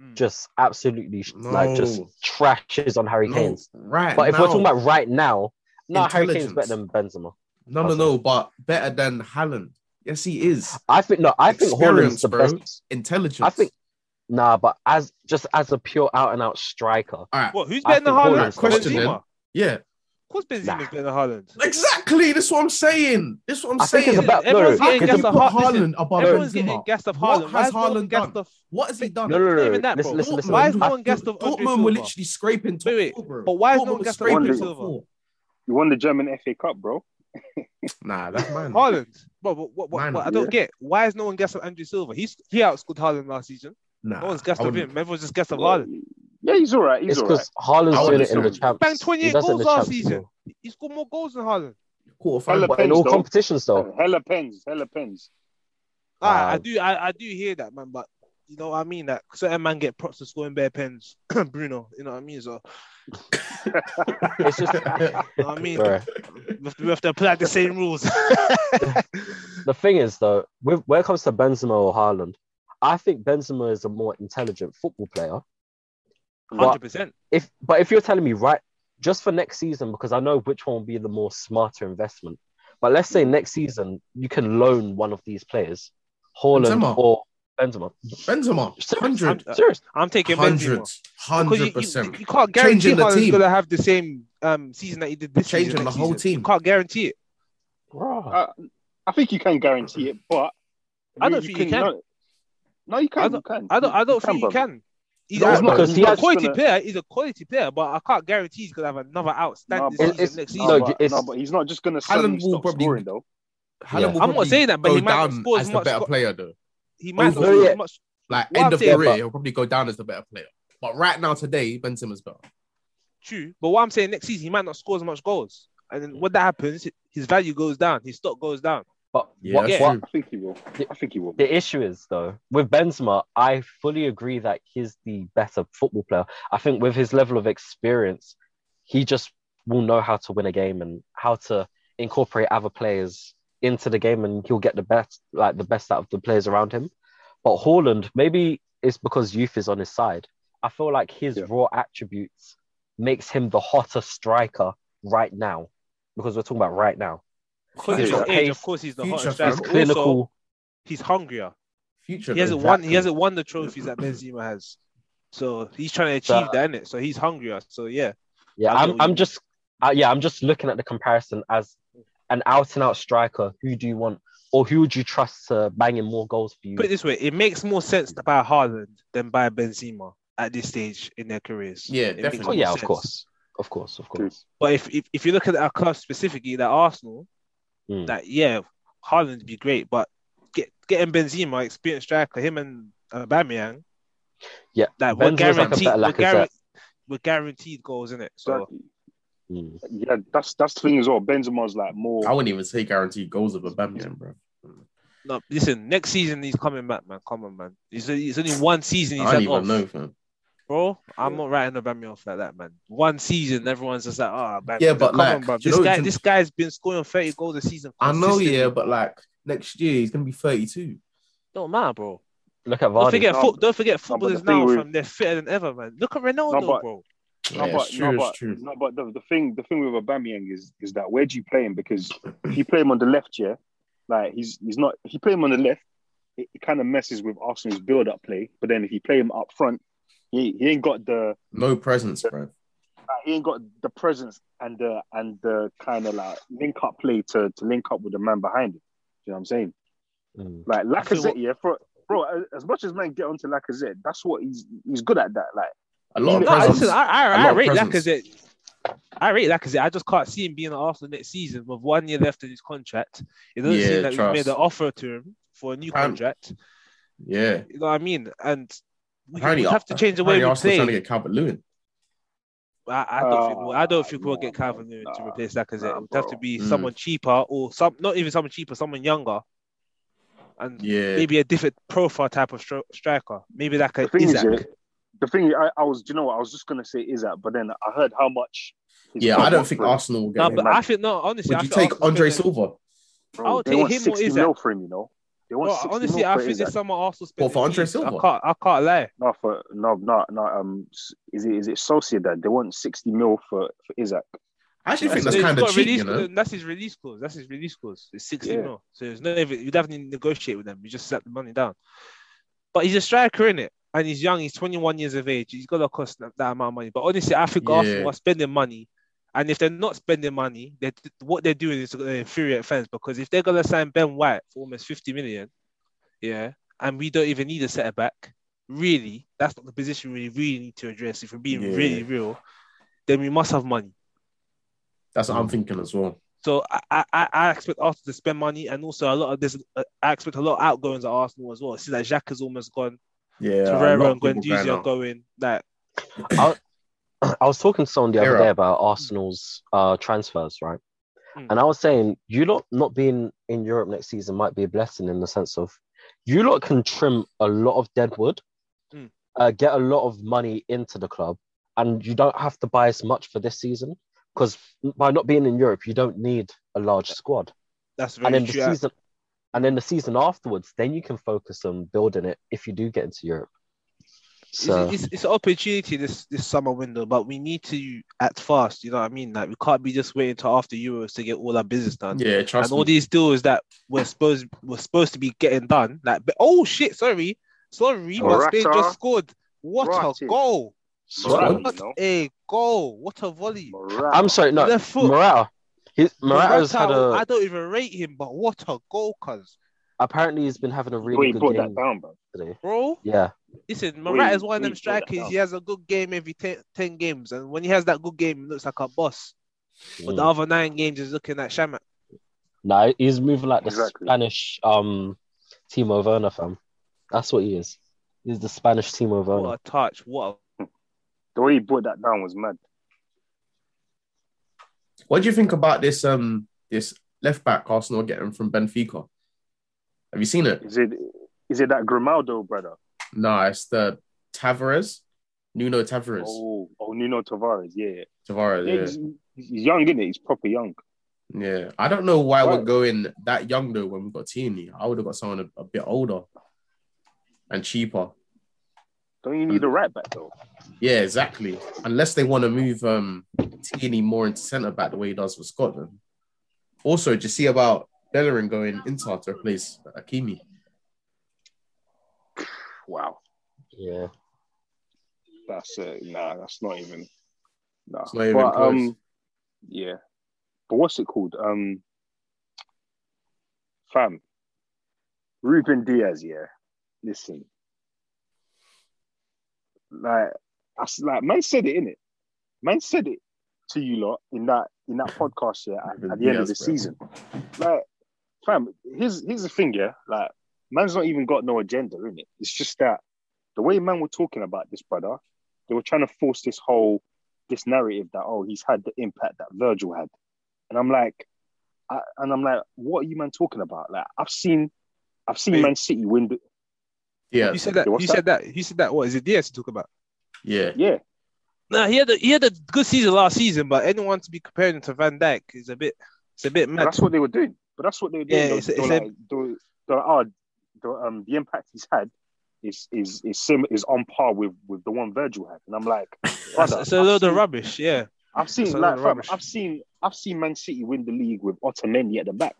S5: Hmm.
S1: just absolutely sh like just
S2: No.
S1: trashes on Harry
S2: No,
S1: Kane's.
S2: right.
S1: But if
S2: now,
S1: we're talking about right now, no, Harry Kane's
S2: Intelligence.
S1: better than Benzema.
S2: no, no, no, but better than Haaland. Yes, he is
S1: I think no, I think Haaland's
S2: Experience,
S1: the
S2: bro.
S1: best.
S2: intelligent.
S1: I think nah, but as just as a pure out and out striker,
S2: All right.
S5: What, who's
S1: I
S5: better than
S1: think
S5: Haaland?
S1: Haaland's
S5: Benzema.
S2: question then.
S5: Of
S2: Yeah.
S5: course Benzema's
S1: Nah.
S5: better than Haaland.
S2: Exactly. That's what I'm saying. That's what I'm
S1: I think
S2: saying.
S1: it's about no, no,
S5: Everyone's
S2: How
S5: getting
S2: can
S1: it's
S2: you
S5: gassed
S2: put
S1: about,
S5: up.
S2: Haaland above
S5: Everyone's getting
S2: Benzema?
S5: gassed of
S2: What
S5: Haaland.
S2: has
S5: Why is no one
S2: Haaland
S5: gassed
S2: done?
S5: off?
S2: What has he done?
S1: no, no,
S5: Not
S1: no,
S5: even
S1: no.
S5: that,
S1: Listen,
S5: bro.
S1: listen, listen.
S5: Why is no
S1: I-
S5: one gassed off Andre
S2: Dortmund were
S5: Silva?
S2: literally scraping top
S5: Wait, wait,
S2: four, bro.
S5: but why is no
S2: Dortmund
S5: one
S2: were
S5: gassed off
S2: scraping
S3: Andre
S2: top
S5: Silva?
S2: four.
S3: You won the German FA Cup, bro.
S2: Nah, that's mine.
S5: Haaland, bro, what, what,
S2: Man,
S5: what, what I don't get. Why is no one gassed up Andrew Silva? He's he outscored Haaland last season.
S2: Nah,
S5: No one's
S2: I
S5: gassed up
S2: wouldn't-
S5: him. Everyone's just gassed up Haaland.
S3: Yeah, he's all right. He's
S1: It's
S3: all right.
S1: because Haaland's
S2: I
S1: doing it
S2: understand.
S1: in the champs.
S5: Banged 28
S1: He does it in
S5: goals
S1: the
S5: last
S1: Champs
S5: season.
S1: League.
S5: He scored more goals than Haaland.
S2: Quarterfinal.
S1: But in
S3: Pens,
S1: all
S3: though.
S1: competitions, though,
S3: Hella pens. Hella pens.
S5: Ah, I
S1: Wow.
S5: do, I, I do hear that, man. But you know what I mean. That certain man get props for scoring bare pens, Bruno. You know what I mean. So
S1: it's just
S5: you know what I mean.
S1: Bruh.
S5: We have, to, we have to apply the same rules.
S1: the thing is though, with, when it comes to Benzema or Haaland, I think Benzema is a more intelligent football player.
S5: Hundred percent.
S1: If but if you're telling me right, just for next season, because I know which one will be the more smarter investment. But let's say next season you can loan one of these players, Haaland
S2: Benzema.
S1: or Benzema.
S2: Benzema, hundred,
S1: Serious.
S5: I'm taking
S2: hundred,
S5: Benzema. Because
S2: hundred
S5: you, you,
S2: percent.
S5: you can't guarantee
S2: Changing the
S5: Haaland's
S2: team.
S5: gonna have the same um season that he did this
S2: Changing
S5: season.
S2: the
S5: next
S2: whole
S5: season.
S2: team.
S5: You can't guarantee it.
S1: Bruh.
S3: Uh, I think you can guarantee it, but
S5: I don't think you can.
S3: No, no, you can.
S5: I
S3: you can.
S5: I don't. I don't
S3: can,
S5: think
S3: bro.
S5: you can. He's,
S1: No,
S5: a-
S1: it's not, 'cause
S5: he's
S1: he
S5: a
S1: has-
S5: quality
S3: gonna-
S5: player. He's a quality player, but I can't guarantee he's gonna have another outstanding
S3: but-
S5: season
S1: It's-
S5: next
S1: no,
S5: season.
S3: No,
S1: but
S3: but,
S1: it's-
S3: no, but he's not just gonna suddenly
S2: Haaland will
S3: stop
S2: probably-
S3: scoring though.
S1: Yeah.
S2: Haaland will
S5: I'm not
S2: probably
S5: saying that, but
S2: go
S5: he might not
S2: down
S5: score as
S2: as the
S5: much
S2: better
S5: sco-
S2: player, though.
S5: He might not
S1: No,
S5: score
S1: yeah.
S5: as much.
S2: Like
S5: Well,
S2: end of
S5: I'm saying-
S2: career,
S1: but-
S2: he'll probably go down as the better player. But right now, today, Benzema's better.
S5: True, but what I'm saying next season he might not score as much goals, and then when that happens, his value goes down, his stock goes down.
S1: But
S2: Yeah,
S1: what,
S5: that's
S1: what
S2: true.
S3: I think he will. I think he will.
S1: the issue is though with Benzema, I fully agree that he's the better football player. I think with his level of experience, he just will know how to win a game and how to incorporate other players into the game, and he'll get the best, like the best out of the players around him. But Haaland, maybe it's because youth is on his side. I feel like his
S3: Yeah.
S1: raw attributes makes him the hotter striker right now, because we're talking about right now.
S5: Because
S1: Future
S5: of his
S1: fam.
S5: age, of course, he's the hottest
S2: Future
S5: striker.
S1: He's
S2: fam.
S5: Also,
S1: clinical.
S5: he's hungrier.
S2: Future.
S5: He hasn't
S2: though.
S5: won. He
S1: Exactly.
S5: hasn't won the trophies that Benzema has, so he's trying to achieve
S1: But-
S5: that, innit? So he's hungrier. So yeah,
S1: Yeah,
S5: I get
S1: I'm.
S5: what you
S1: I'm
S5: mean.
S1: just. Uh, yeah, I'm just looking at the comparison as an out and out striker. Who do you want, or who would you trust to bang in more goals for you?
S5: put it this way, it makes more sense to buy Haaland than buy Benzema at this stage in their careers.
S2: Yeah,
S5: It makes
S2: definitely.
S5: more
S1: Oh, yeah, of
S5: sense.
S1: course. Of course, of course.
S5: But if if, if you look at our club specifically, that Arsenal,
S1: Mm.
S5: that yeah, Haaland'd be great, but get getting Benzema, experienced striker, him and uh, Aubameyang,
S1: Yeah,
S5: that we're
S1: Benzema's like a
S5: guaranteed,
S1: better
S5: we're,
S1: Lacazette.
S5: guaran- we're guaranteed goals in it. So
S3: Exactly.
S1: Mm.
S3: Yeah, that's that's the thing as well. Benzema's like
S2: I
S3: more.
S2: wouldn't even say guaranteed goals of a Bamian, bro.
S5: No, listen. Next season he's coming back, man. Come on, man. It's, it's only one season he's
S2: I don't
S5: had
S2: even
S5: off,
S2: know, fam.
S5: bro. I'm not writing Aubameyang off like that, man. One season, everyone's just like, oh, Aubameyang,
S2: Yeah, but
S5: come
S2: like,
S5: on, bro.
S2: do you
S5: This
S2: know
S5: guy,
S2: it's-
S5: this guy's been scoring 30 goals a season.
S2: I know,
S5: consistently.
S2: yeah, but like next year he's gonna be 32.
S5: Don't matter, bro.
S1: Look at
S5: Don't
S1: Vardy.
S5: forget,
S3: No,
S5: foot,
S3: but-
S5: don't forget,
S3: but the
S5: footballers
S3: thing
S5: now
S3: with-
S5: from they're fitter than ever, man. Look at Ronaldo,
S3: but-
S5: bro.
S3: No,
S2: yeah,
S3: but,
S2: it's true,
S3: no,
S2: it's
S3: but,
S2: true.
S3: no, but the, the thing, the thing with Aubameyang is, is that where do you play him? Because if you play him on the left, yeah, like he's he's not. If you play him on the left, it, it kind of messes with Arsenal's build-up play. But then if you play him up front, he, he ain't got the
S2: No presence, bro.
S3: like, he ain't got the presence and the and the kind of like link-up play to to link up with the man behind him. Do you know what I'm saying?
S1: Mm.
S3: Like
S5: feel
S3: Lacazette,
S5: what-
S3: yeah, for, bro. as- As much as man get onto Lacazette, that's what he's he's good at. That like.
S2: A lot of
S5: No,
S2: presence.
S5: listen, I,
S2: A
S5: I, I
S2: lot of
S5: rate
S2: presence.
S5: Lacazette. I rate Lacazette. I just can't see him being at Arsenal next season with one year left in his contract. It doesn't
S2: Yeah,
S5: seem like
S2: trust.
S5: we've made an offer to him for a new
S2: Apparent-
S5: contract.
S2: yeah.
S5: You know what I mean? And we
S2: Apparently,
S5: we have to change the way
S2: apparently
S5: we
S2: Arsenal's
S5: play.
S2: trying to get Calvert Lewin.
S5: I, I don't think we'll, I don't think we'll
S3: Uh, Nah,
S5: get Calvin Lewin to
S3: nah,
S5: replace Lacazette.
S3: nah,
S5: it would have to
S3: bro.
S5: be
S2: Mm.
S5: someone cheaper or some not even someone cheaper, someone younger, and
S2: Yeah.
S5: maybe a different profile type of stro- striker. Maybe like a
S3: the thing
S5: Isaac.
S3: is, yeah, the thing I, I was, do you know what? I was just gonna say Isaac, but then I heard how much. his
S2: Yeah,
S3: club
S2: I don't
S3: want
S2: think
S3: for him,
S2: Arsenal will get
S5: no,
S2: him.
S5: but I think no. Honestly,
S2: Would
S5: I
S2: you
S5: think
S2: take
S5: Arsenal's
S2: Andre
S5: gonna-
S2: Silva?
S3: bro,
S5: I'll
S3: they
S5: take
S3: want
S5: Oh, him or
S3: 60
S5: Isaac.
S3: mil for him, you know. They want
S5: Bro,
S3: 60
S5: honestly,
S3: mil
S5: I
S3: for
S5: think
S3: Isaac.
S5: this summer Arsenal
S2: Well,
S5: spent
S2: for Andre
S5: heaps. I
S2: Silva.
S5: can't, I can't lie.
S3: No, for no, no, no. Um, s- is it is it Sociedad? They want 60 mil for for Isaac.
S2: I actually think
S3: That's-
S2: that's
S5: he's
S2: kind of
S5: got
S2: cheap,
S5: release-
S2: you know.
S5: That's his release clause. That's his release clause. It's 60
S3: Yeah.
S5: mil. So there's no, you'd have to negotiate with them. You just slap the money down. But he's a striker, in it, And he's young. He's 21 years of age. He's got to cost that, that amount of money. But honestly, I think
S2: Yeah.
S5: Arsenal are spending money. And if they're not spending money, they're, what they're doing is going to infuriate fans because if they're going to sign Ben White for almost 50 million, yeah, and we don't even need a centre back, really, that's not the position we really need to address. If we're being
S2: Yeah.
S5: really real, then we must have money.
S2: That's what I'm thinking as well.
S5: So I, I, I- I expect Arsenal to spend money, and also a lot of this. uh, I expect a lot of outgoings at Arsenal as well. See, like Jacques is almost gone.
S2: Yeah. a lot
S5: Torreira
S2: of
S5: and
S2: people
S5: Guendouzi
S2: going
S5: are
S2: out.
S5: going. Like,
S1: I was talking to someone the other
S2: Era.
S1: day about Arsenal's uh, transfers, right?
S5: Mm.
S1: And I was saying, you lot not being in Europe next season might be a blessing in the sense of you lot can trim a lot of deadwood,
S5: Mm.
S1: uh, get a lot of money into the club, and you don't have to buy as much for this season because by not being in Europe, you don't need a large squad.
S5: that's
S1: and
S5: very
S1: then the
S5: true.
S1: season, and then the season afterwards, then you can focus on building it if you do get into Europe.
S5: It's,
S1: So
S5: it's, it's an opportunity this this summer window, but we need to act fast. You know what I mean? Like, we can't be just waiting till after Euros to get all our business done.
S2: Yeah, trust
S5: and all
S2: me.
S5: these deals that we're supposed we're supposed to be getting done. Like, but, oh shit, sorry, sorry,
S2: Oh,
S5: but Spain
S3: Morata.
S5: just scored. What a
S3: Morata.
S5: goal!
S1: Morata,
S3: you
S5: What
S3: know?
S5: a goal! What a volley!
S3: Morata.
S1: I'm sorry, no,
S5: Left foot.
S1: Morata. He's, Morata's
S5: Morata,
S1: had
S5: I
S1: a.
S5: don't even rate him, but what a goal, cuz.
S1: Apparently, he's been having a
S3: Bro, he
S1: really
S3: brought
S1: good
S3: that
S1: game
S3: down, bro.
S1: today.
S5: Bro,
S1: Yeah,
S5: listen,
S3: Wait,
S5: Morata is one of them
S3: wait, slow that
S5: strikers.
S3: down.
S5: He has a good game every ten, 10 games, and when he has that good game, he looks like a boss. But the
S1: Mm.
S5: other nine games is looking like Shamak.
S1: Nah, he's moving like the
S3: Exactly.
S1: Spanish um Timo Werner fam. That's what he is. He's the Spanish Timo Werner.
S5: What a touch! What
S3: The way he brought that down was mad.
S2: What do you think about this um this left back Arsenal getting from Benfica? Have you seen it?
S3: Is it is it that Grimaldo brother?
S2: No, it's the Tavares, Nuno Tavares,
S3: Oh, oh, Nuno Tavares, yeah.
S2: Tavares.
S3: yeah.
S2: Yeah.
S3: He's, he's young, isn't it? He's proper young.
S2: Yeah, I don't know why we're
S3: Right.
S2: going that young though when we got Tierney. I would have got someone a, a bit older and cheaper.
S3: Don't you
S2: Mm.
S3: need a right back though?
S2: Yeah, exactly. Unless they want to move um Tierney more into centre back the way he does for Scotland. Also, just see about Bellerin going Inter to replace Akimi.
S3: Wow.
S1: Yeah.
S3: That's it. Nah, that's not even. Nah.
S2: It's not even
S3: but,
S2: close.
S3: Um, yeah. But what's it called? Um, fam. Ruben Diaz. Yeah. Listen. Like that's like man said it in it. Man said it to you lot in that in that podcast yeah, at,
S2: Ruben
S3: at the end of the
S2: Dias, bro.
S3: season. Like, fam. Here's here's the thing. Yeah. Like, man's not even got no agenda in it. It's just that the way man were talking about this brother, they were trying to force this whole this narrative that oh he's had the impact that Virgil had, and I'm like, I, and I'm like, what are you man talking about? Like I've seen I've seen
S5: Wait.
S3: Man City win. The,
S2: Yeah,
S5: You said that.
S3: What's
S5: You
S3: that?
S5: said that. You said that. What is it? DS to talk about?
S2: yeah.
S3: yeah,
S5: No, he had a, he had a good season last season, but anyone to be comparing him to Van Dijk is a bit. It's a bit
S3: but
S5: mad.
S3: that's what they were doing. But that's what they were doing.
S5: Yeah,
S3: they, were-
S5: it's-
S3: they were
S5: it's a-
S3: like, they were- they were, "Oh, the, um, the impact he's had is is is sim is on par with with the one Virgil had, and I'm like,
S5: That's-
S3: brother,
S5: it's a
S3: I've
S5: load
S3: seen-
S5: of rubbish. Yeah.
S3: I've seen
S5: It's a
S3: like
S5: load of
S3: fam,
S5: rubbish.
S3: I've seen I've seen Man City win the league with Otamendi at the back,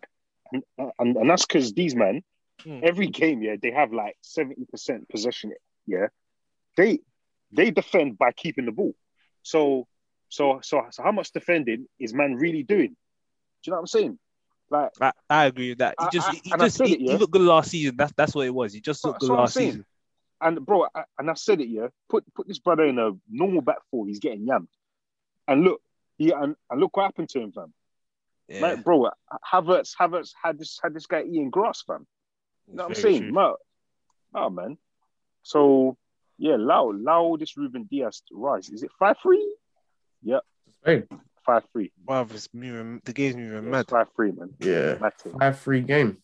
S3: and and, and that's because these men
S5: Mm.
S3: every game yeah they have like seventy percent possession yeah they they defend by keeping the ball so so so so how much defending is man really doing? Do you know what I'm saying? Like
S5: I, I agree with that. He
S3: I-
S5: just,
S3: I-
S5: he,
S3: and I
S5: just
S3: said
S5: he,
S3: it, yeah.
S5: he looked good last season. That's that's what it was. He just
S3: So-
S5: looked good
S3: so I'm
S5: last
S3: saying,
S5: season.
S3: and bro I, and I said it yeah put put this brother in a normal back four he's getting yammed and look yeah and, and look what happened to him fam.
S5: Yeah,
S3: Like, bro, Havertz, Havertz had this had this guy eating grass, fam. You know what I'm
S5: very
S3: saying?
S5: true.
S3: Ma, oh man. So yeah, Lau, Lau, this Ruben Diaz rise. Is it five three?
S2: Hey,
S3: Five three.
S5: Bruv, it's moving, the game's moving mad.
S3: Five three, man.
S2: Yeah.
S3: Matter.
S2: Five free game.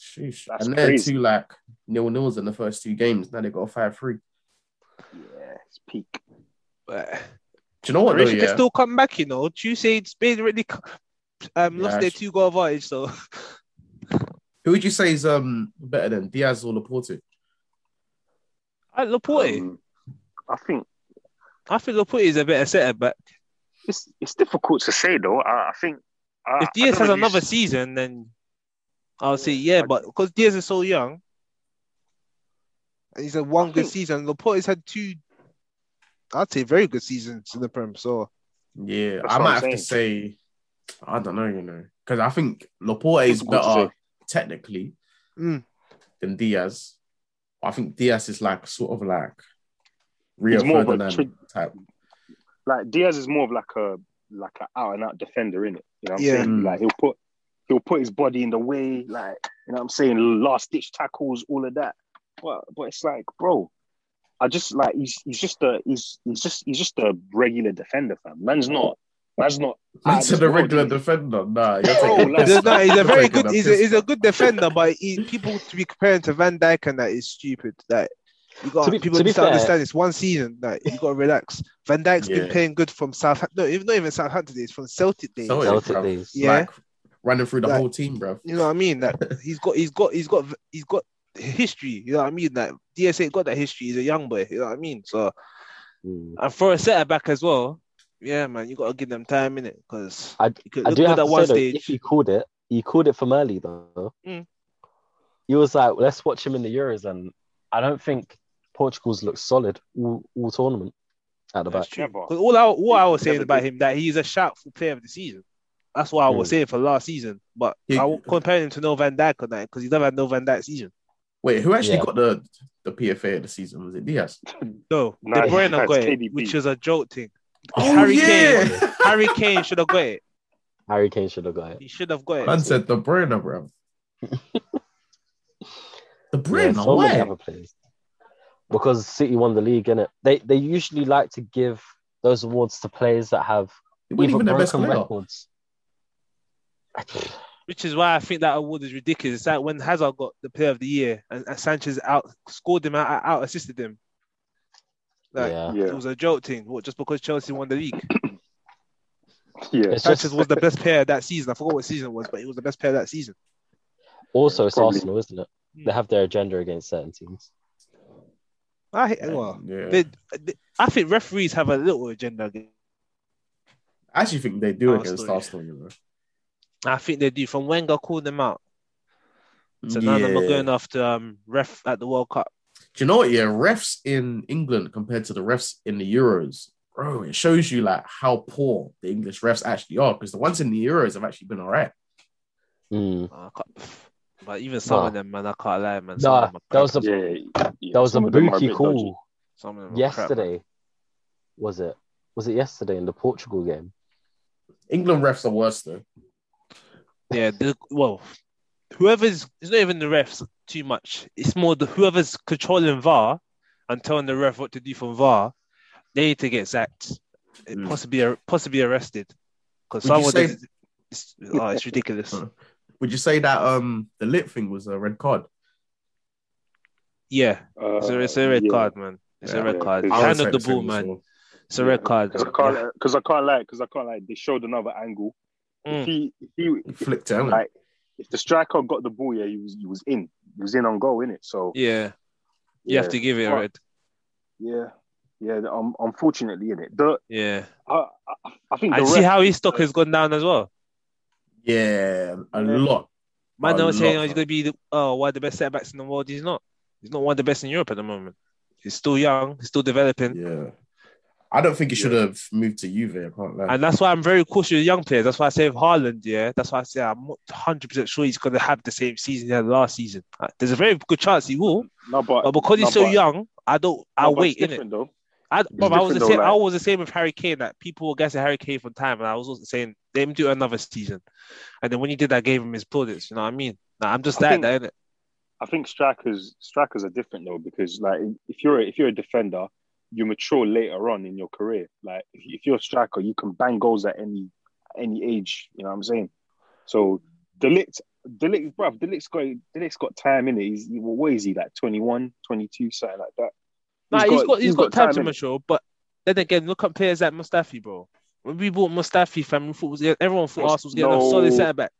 S2: Sheesh.
S3: That's
S2: and they're
S3: crazy.
S2: two like nil nils in the first two games. Now they got a five free. Do
S3: Yeah, it's peak.
S5: But
S2: you know what though?
S5: Croatia can
S2: Yeah.
S5: still come back, you know. Tuesday, Spain already co- um,
S2: Yeah,
S5: lost their
S2: actually-
S5: two goal advantage, so
S2: Who would you say is um better than Diaz or Laporte?
S5: I Laporte.
S3: Um, I think
S5: I think Laporte is a better setter, but
S3: it's it's difficult to say though. I, I think I,
S5: if
S3: I don't
S5: Diaz has
S3: know if you
S5: another
S3: s-
S5: season, then I'll say
S3: Yeah,
S5: yeah.
S3: I-
S5: But because Diaz is so young,
S4: He's had one
S3: I
S4: good
S3: think-
S4: season. Laporte's had two, I'd say, very good seasons in the Prem. So
S2: Yeah,
S3: That's
S2: I
S3: what
S2: might have
S3: I'm
S2: to say, I don't know, you know, because I think Laporte is
S3: Difficult to
S2: better technically
S4: Mm.
S2: than Diaz. I think Diaz is like sort of like Rio
S3: He's more of a
S2: Ferdinand
S3: tri-
S2: type.
S3: like Diaz is more of like a like an out and out defender in it. You know what I'm
S4: Yeah.
S3: saying?
S2: Mm.
S3: Like he'll put he'll put his body in the way, like you know what I'm saying, last ditch tackles, all of that. But but it's like, bro, I just like he's he's just a he's he's just he's just a regular defender, fam. Man's not man's not
S2: Man said
S3: it's
S2: the
S3: Ah, more
S2: regular
S3: than-
S2: defender. Nah, you're
S3: Bro,
S2: taking
S3: Oh, like-
S2: piss,
S3: That's-
S5: there's no- he's a
S2: You're
S5: very
S2: taking
S5: good.
S2: the
S5: He's a,
S2: piss.
S5: he's a good defender, but he, people to be comparing to Van Dijk and that is stupid. Like you got
S1: To
S5: to
S1: be-
S5: people
S1: to be
S5: need to
S1: fair-
S5: understand it's one season. Like you got to relax. Van Dijk's been
S2: Yeah.
S5: playing good from South. No, even not even Southampton days. From Celtic days.
S2: So
S1: Celtic
S2: bruv.
S1: days.
S5: Yeah.
S2: Like, running through the
S4: Like-
S2: whole team, bro.
S5: You know what I mean? That he's got, he's got, he's got, he's got history. You know what I mean? That DSA got that history. He's a young boy. You know what I mean? So
S1: Mm.
S5: and for a setter back as well. Yeah, man, you got to give them time in it because
S1: I-
S5: you could
S1: I
S5: look
S1: do
S5: good
S1: have to
S5: at
S1: say
S5: one
S1: though,
S5: stage.
S1: if he called it, he called it from early though.
S5: Mm.
S1: He was like, let's watch him in the Euros, and I don't think Portugal's looked solid all, all tournament at the back.
S5: That's true.
S3: Never.
S5: 'Cause all I, all I was
S3: Never
S5: saying about
S3: did.
S5: him that he's a shoutful player of the season. That's what I was
S1: Mm.
S5: saying for last season. But
S2: Yeah.
S5: I won't compare him to no Van Dijk on that because he never had no Van Dijk season.
S2: Wait, who actually
S1: Yeah.
S2: got the the PFA of the season? Was it Diaz?
S5: Oh, No,
S3: Nah,
S5: De Bruyne
S3: that's
S5: got it,
S3: KDB.
S5: which is a joke thing.
S2: Oh,
S5: Harry
S2: yeah.
S5: Kane, Harry Kane should have got it.
S1: Harry Kane should have got it.
S5: He should have got it.
S2: Man said the Bruyne, bro. the
S1: Yeah,
S2: Bruyne,
S1: so many
S2: why?
S1: other players. Because City won the league, innit? They they usually like to give those awards to players that have
S2: He
S1: even,
S2: wasn't even their best
S1: broken
S2: player.
S1: records.
S5: Which is why I think that award is ridiculous. It's like when Hazard got the Player of the Year and, and Sanchez out scored him out, out assisted him. Like
S1: yeah.
S5: it
S3: Yeah,
S5: was a joke thing. What just because Chelsea won the league,
S3: yeah.
S1: It's
S5: Sanchez
S1: just
S5: was the best player that season. I forgot what season it was, but he was the best player that season.
S1: also it's
S3: Probably.
S1: Arsenal, isn't it?
S5: Mm.
S1: They have their agenda against certain teams.
S5: I hate, well,
S2: Yeah.
S5: they, they- I think referees have a little agenda. again.
S2: I actually think they do
S5: Oh,
S2: against
S5: sorry.
S2: Arsenal, you know.
S5: I think they do. From Wenger called them out, so now they're not going after um, ref at the World Cup.
S2: Do you know what? Yeah, refs in England compared to the refs in the Euros, bro, it shows you like how poor the English refs actually are because the ones in the Euros have actually been all right.
S1: Mm.
S5: I can't- but even some
S1: Nah.
S5: of them, man, I can't lie, man. Some
S1: Nah,
S5: of them are
S1: that was a
S5: crap.
S3: yeah, yeah.
S1: that was a
S3: Some of them are
S1: bookie
S3: bit
S1: call
S3: dodgy.
S5: Some of them are Oh, crap, man.
S1: yesterday. was it? Was it yesterday in the Portugal game?
S2: England refs are worse though.
S5: Yeah, the, well, whoever's it's not even the refs too much. It's more the whoever's controlling VAR and telling the ref what to do from VAR. They need to get sacked,
S2: Mm.
S1: Hmm.
S5: possibly possibly arrested, because
S2: Would you
S5: someone
S2: say-
S1: Hmm.
S5: it's, oh, it's ridiculous.
S2: Huh. Would you say that um the lip thing was a red card?
S5: Yeah,
S3: Uh,
S5: it's a, it's a red
S3: yeah.
S5: card, man. It's
S2: Yeah,
S5: a red
S3: yeah,
S5: card.
S3: it's-
S2: I would
S5: Hand
S2: say
S5: of the
S2: the same
S5: ball,
S2: as
S5: man.
S2: well.
S5: It's a red card.
S3: Because I can't, because I can't lie, because I can't lie. They showed another angle.
S5: Mm.
S3: If he, if he,
S2: He flicked it.
S3: Like- if the striker got the ball, yeah, he was, he was in, he was in on goal, innit? So
S5: Yeah, you
S3: yeah,
S5: have to give it a
S3: Well,
S5: red.
S3: yeah, yeah. the- Um, unfortunately, innit? The
S5: Yeah,
S3: I, I, I think the
S5: and see
S3: ref-
S5: how his stock has gone down as well.
S2: Yeah, a lot.
S5: Man,
S2: A
S5: they were saying
S2: lot,
S5: oh, he's
S2: man.
S5: going to be the, oh, one of the best set backs in the world. He's not. He's not one of the best in Europe at the moment. He's still young. He's still developing.
S2: Yeah. I don't think he should have moved to Juve. I can't lie.
S5: And that's why I'm very cautious of young players. That's why I say with Haaland, yeah. That's why I say I'm not 100% sure he's going to have the same season he had last season. Uh, There's a very good chance he will.
S3: no, but,
S5: But because he's
S3: no,
S5: so
S3: but-
S5: young, I don't, I
S3: no, but
S5: wait,
S3: it's
S5: innit?
S3: different though.
S5: I, bro, I was the
S3: different though,
S5: same. I
S3: like-
S5: was the same with Harry Kane. That people were guessing Harry Kane for time, and I was also saying let him do another season. And then when he did, I gave him his plaudits. You know what I mean? Nah, I'm just
S3: I
S5: like
S3: think-
S5: that, innit?
S3: I think strikers strikers are different though because like if you're a, if you're a defender, you mature later on in your career. Like if, if you're a striker, you can bang goals at any any age. You know what I'm saying? So Delict, Delict, bruv, Delict's got Delict's got time in it. He's he- what is he like 21, 22, something like that.
S5: Nah, he's got he's got time to
S3: innit?
S5: mature. But then again, look at players like Mustafi, bro. When we bought Mustafi, fam, we thought was everyone thought
S3: Must-
S5: Arsenal was getting a
S3: no.
S5: solid centre back.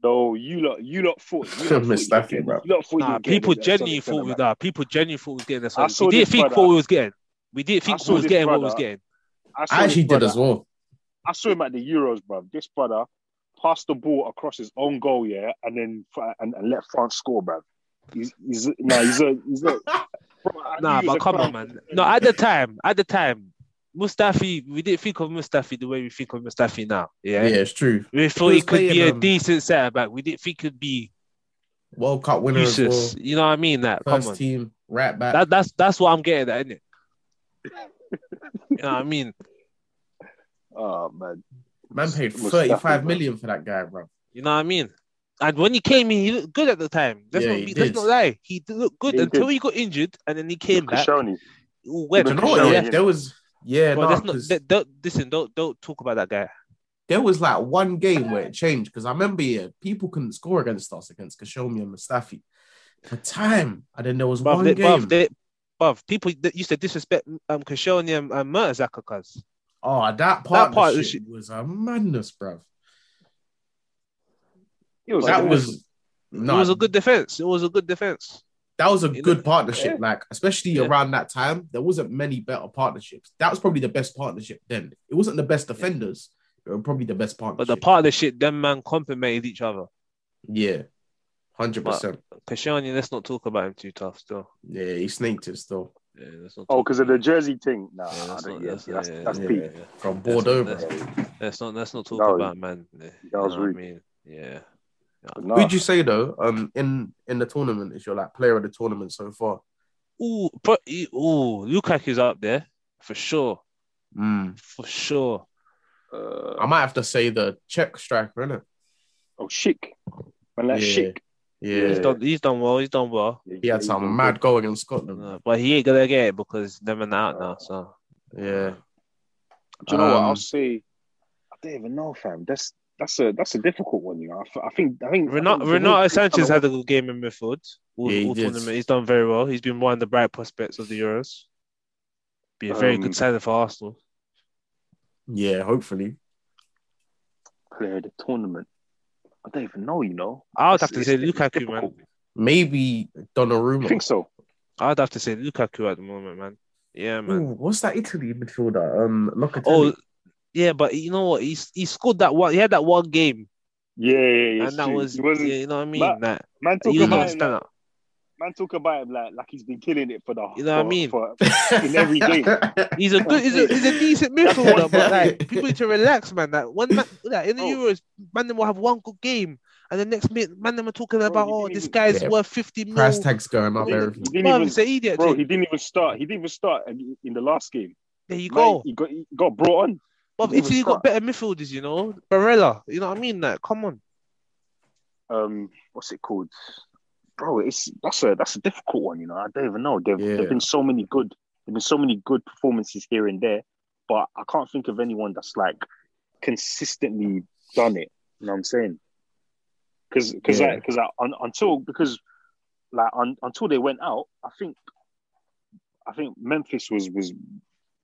S3: No, you lot, you lot thought. You lot
S2: Miss
S3: thought
S2: Staffy,
S3: you were
S2: bruv.
S3: getting- you lot thought you
S5: Nah,
S3: were getting
S5: people
S3: a- a
S5: genuinely
S3: solid
S5: thought we
S3: centre-back.
S5: nah, people genuinely thought we was getting a
S3: I
S5: solid.
S3: saw
S5: We didn't
S3: this
S5: think
S3: brother-
S5: what we was getting. We didn't think
S3: saw
S5: we was
S3: this
S5: getting what we was
S3: brother-
S5: getting.
S3: saw
S2: I actually
S3: this
S2: did
S3: brother-
S2: as well.
S3: I saw him at the Euros, bruv. This brother passed the ball across his own goal, yeah, and then and, and let France score, bruv. He's he's no, he's a he's a. Bro, I knew
S5: Nah,
S3: he was
S5: but
S3: a
S5: come on,
S3: clown.
S5: man. No, at the time, at the time, Mustafi, we didn't think of Mustafi the way we think of Mustafi now.
S2: Yeah,
S5: Yeah.
S2: it's true.
S5: We thought
S2: He
S5: he
S2: was
S5: could be
S2: playing,
S5: a
S2: um,
S5: decent centre back. We didn't think he'd be
S2: World Cup winner as well.
S5: useless. You know what I mean? That come
S2: First
S5: on.
S2: team, right back.
S5: That, that's that's what I'm getting at, isn't it? you know what I mean?
S3: Oh man,
S2: Man paid
S3: Mustafi,
S2: 35
S3: bro.
S2: million for that guy, bro.
S5: You know what I mean? And when he came in, he looked good at the time. Let's,
S2: Yeah,
S5: not,
S2: he
S5: be, let's
S2: did.
S5: not lie. He did look good
S3: He
S5: until
S3: did.
S5: he got injured, and then he came back.
S3: Koscielny.
S5: He all went.
S2: You know
S3: Look
S2: what,
S3: at
S2: yeah,
S3: Shaw,
S2: there was yeah,
S5: Bro,
S2: nah,
S5: let's not,
S2: 'cause
S5: let- don't, listen, don't don't talk about that guy.
S2: there was like one game where it changed because I remember yeah, people couldn't score against us against Kashomi and Mustafi for time, and then there was
S5: Bruv,
S2: one
S5: they,
S2: game.
S5: bruv, they, bruv, people that used to disrespect um Koscielny and, and Mertesacker cuz.
S2: oh, that
S5: part
S2: part,
S5: was-
S2: was a madness, bruv.
S3: It was
S2: That
S3: it
S2: was
S5: it
S2: no,
S5: was a good defense. It was a good defense.
S2: that was a
S5: you
S2: good
S5: know-
S2: partnership. Like especially
S5: Yeah.
S2: around that time, there wasn't many better partnerships. That was probably the best partnership then. It wasn't the best defenders. It was probably the best
S5: But
S2: partnership.
S5: the partnership, them man complimented each other.
S2: yeah, hundred percent.
S5: Koscielny, let's not talk about him too tough still.
S2: Yeah, he snaked it still
S5: Yeah, let's not
S3: oh
S5: talk
S3: because of the
S5: about-
S3: jersey thing. Nah,
S5: yeah,
S3: I
S5: let's
S3: don't-
S5: not-
S3: yeah,
S5: let's-
S3: that's
S5: yeah,
S3: that's
S5: yeah,
S3: peak.
S5: yeah, yeah.
S2: from Bordeaux.
S5: That's-
S2: bro.
S5: Let's not let's not talk
S3: No,
S5: about man. Yeah, you
S3: was
S5: know what I
S3: rude.
S5: mean? Yeah.
S3: But nah,
S2: Who'd you say though? Um, in in the tournament, is your like player of the tournament so far?
S5: Ooh, but ooh, Lukaku's up there for sure, for sure.
S3: uh,
S2: Hmm. I might have to say the Czech striker, innit?
S3: oh chic, man, that
S2: Yeah.
S3: chic.
S2: Yeah,
S5: He's done he's done well. He's done well.
S2: he had some mad goal against Scotland.
S5: Uh, but he ain't gonna get it because them and out now. So
S2: Yeah,
S3: Do you know what
S2: Um,
S3: I'll say? I don't even know, fam. That's that's a that's a difficult one, you know. I, f- I think I think
S5: Renato, Renato Sanchez had a good game in midfield. All,
S2: Yeah, he
S5: all
S2: did.
S5: tournament. He's done very well. He's been one of the bright prospects of the Euros. Be a very
S3: Um,
S5: good signing for Arsenal.
S2: yeah. Hopefully,
S3: player of the tournament. I don't even know, you know.
S5: I would
S3: It's-
S5: have to
S3: it's-
S5: say
S3: it's
S5: Lukaku, man.
S3: difficult.
S2: maybe
S3: You
S2: Donnarumma.
S3: think so?
S5: I would have to say Lukaku at the moment, man. Yeah, man.
S2: Ooh, what's that Italy midfielder? Um, Locatelli.
S5: Oh, yeah, but you know what? He's he scored that one. He had that one game,
S3: Yeah, yeah, yeah. it's
S5: and that
S3: true.
S5: was
S3: He wasn't-
S5: yeah, you know what I mean.
S3: But-
S5: that
S3: man talk
S5: he was
S3: about
S5: gonna
S3: him.
S5: stand
S3: Like,
S5: up.
S3: man talk about him like like he's been killing it for the.
S5: You know what I
S3: for-
S5: mean?
S3: For, Oh, in every game.
S5: He's a good. He's a, he's a decent midfielder, but like people need to relax, man. That when that in the
S3: Bro.
S5: Euros, man, them will have one good game, and the next minute, man, them are talking about
S3: you
S5: oh,
S3: didn't
S5: this
S3: even-
S5: guy's
S2: Yeah.
S5: worth fifty mil.
S2: Price tags going up,
S3: He didn't-
S2: everything.
S3: he didn't
S5: Man,
S3: even-
S5: it's an idiot.
S3: bro,
S5: thing.
S3: he didn't even start. He didn't even start in in the last game.
S5: there you
S3: Man,
S5: go.
S3: He got he got brought on.
S5: But
S3: didn't even
S5: Italy got better midfielders, you know. Barella, you know what I mean? Like, come on.
S3: Um, what's it called? Bro, it's that's a that's a difficult one, you know. I don't even know. There
S2: Yeah.
S3: there've been so many good there've been so many good performances here and there, but I can't think of anyone that's like consistently done it. You know what I'm saying? because because
S1: Yeah.
S3: because un, until because like un, until they went out, I think I think Memphis was was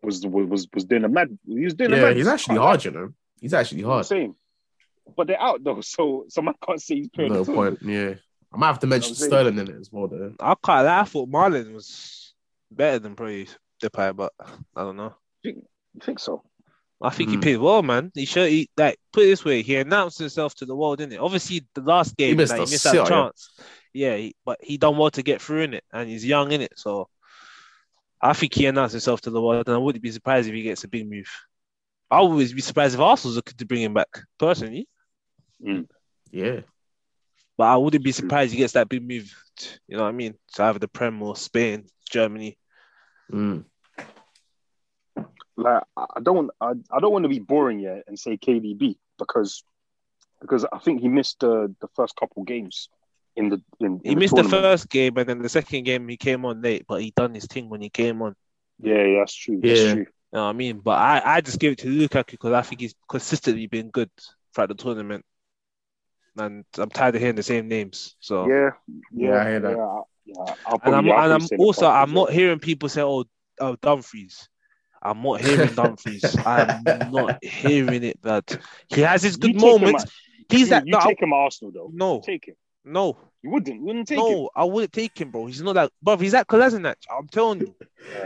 S3: was was was, was doing a mad. He was doing a
S2: Yeah,
S3: mad.
S2: he's actually hard, you know. He's actually hard.
S3: Same, but they're out though, so so man can't see he's playing.
S2: No
S3: at all.
S2: point. Yeah, I might have to mention
S3: I'm saying-
S2: Sterling in it as well. Though.
S5: I can't lie, I thought Marlon was better than probably Depay, but I don't know.
S3: I think so.
S5: I think he
S2: Mm.
S5: played well, man. He should he, like put it this way, he announced himself to the world, didn't it? Obviously, the last game
S2: missed
S5: like,
S2: a
S5: he missed that
S2: sitter, yeah.
S5: chance. Yeah, he, but he done well to get through in it, and he's young in it, so I think he announced himself to the world, and I wouldn't be surprised if he gets a big move. I would always be surprised if Arsenal's looking to bring him back personally,
S2: Yeah,
S5: but I wouldn't be surprised he gets that big move. t- You know what I mean? To either the Prem or Spain, Germany.
S2: Mm.
S3: Like I I don't I, I don't want to be boring yet and say KDB because because I think he missed the the first couple games in the in, in
S5: He missed the
S3: tournament.
S5: first game, and then the second game he came on late, but he done his thing when he came on.
S3: Yeah, yeah, that's true. That's
S2: Yeah.
S3: true.
S5: You know what I mean? But I, I just give it to Lukaku because I think he's consistently been good throughout the tournament. And I'm tired of hearing the same names. So
S3: Yeah, yeah,
S2: Yeah, I hear that.
S3: Yeah, yeah, I'll
S5: Oh.
S3: probably-
S5: and I'm
S3: I'll
S5: and
S3: probably
S5: I'm
S3: say the
S5: also
S3: Falcons
S5: I'm
S3: as
S5: not
S3: well.
S5: hearing people say, Oh, oh Dumfries. I'm not hearing Dumfries. I'm not hearing it, but he has his
S3: You
S5: good
S3: take him
S5: moments.
S3: out-
S5: He's
S3: you,
S5: that
S3: you
S5: no, I-
S3: take him at Arsenal though.
S5: no,
S3: Take him.
S5: no,
S3: You wouldn't. You wouldn't take him.
S5: no, I wouldn't take him, bro. He's not that bro, he's that Kolasinac. I'm telling you.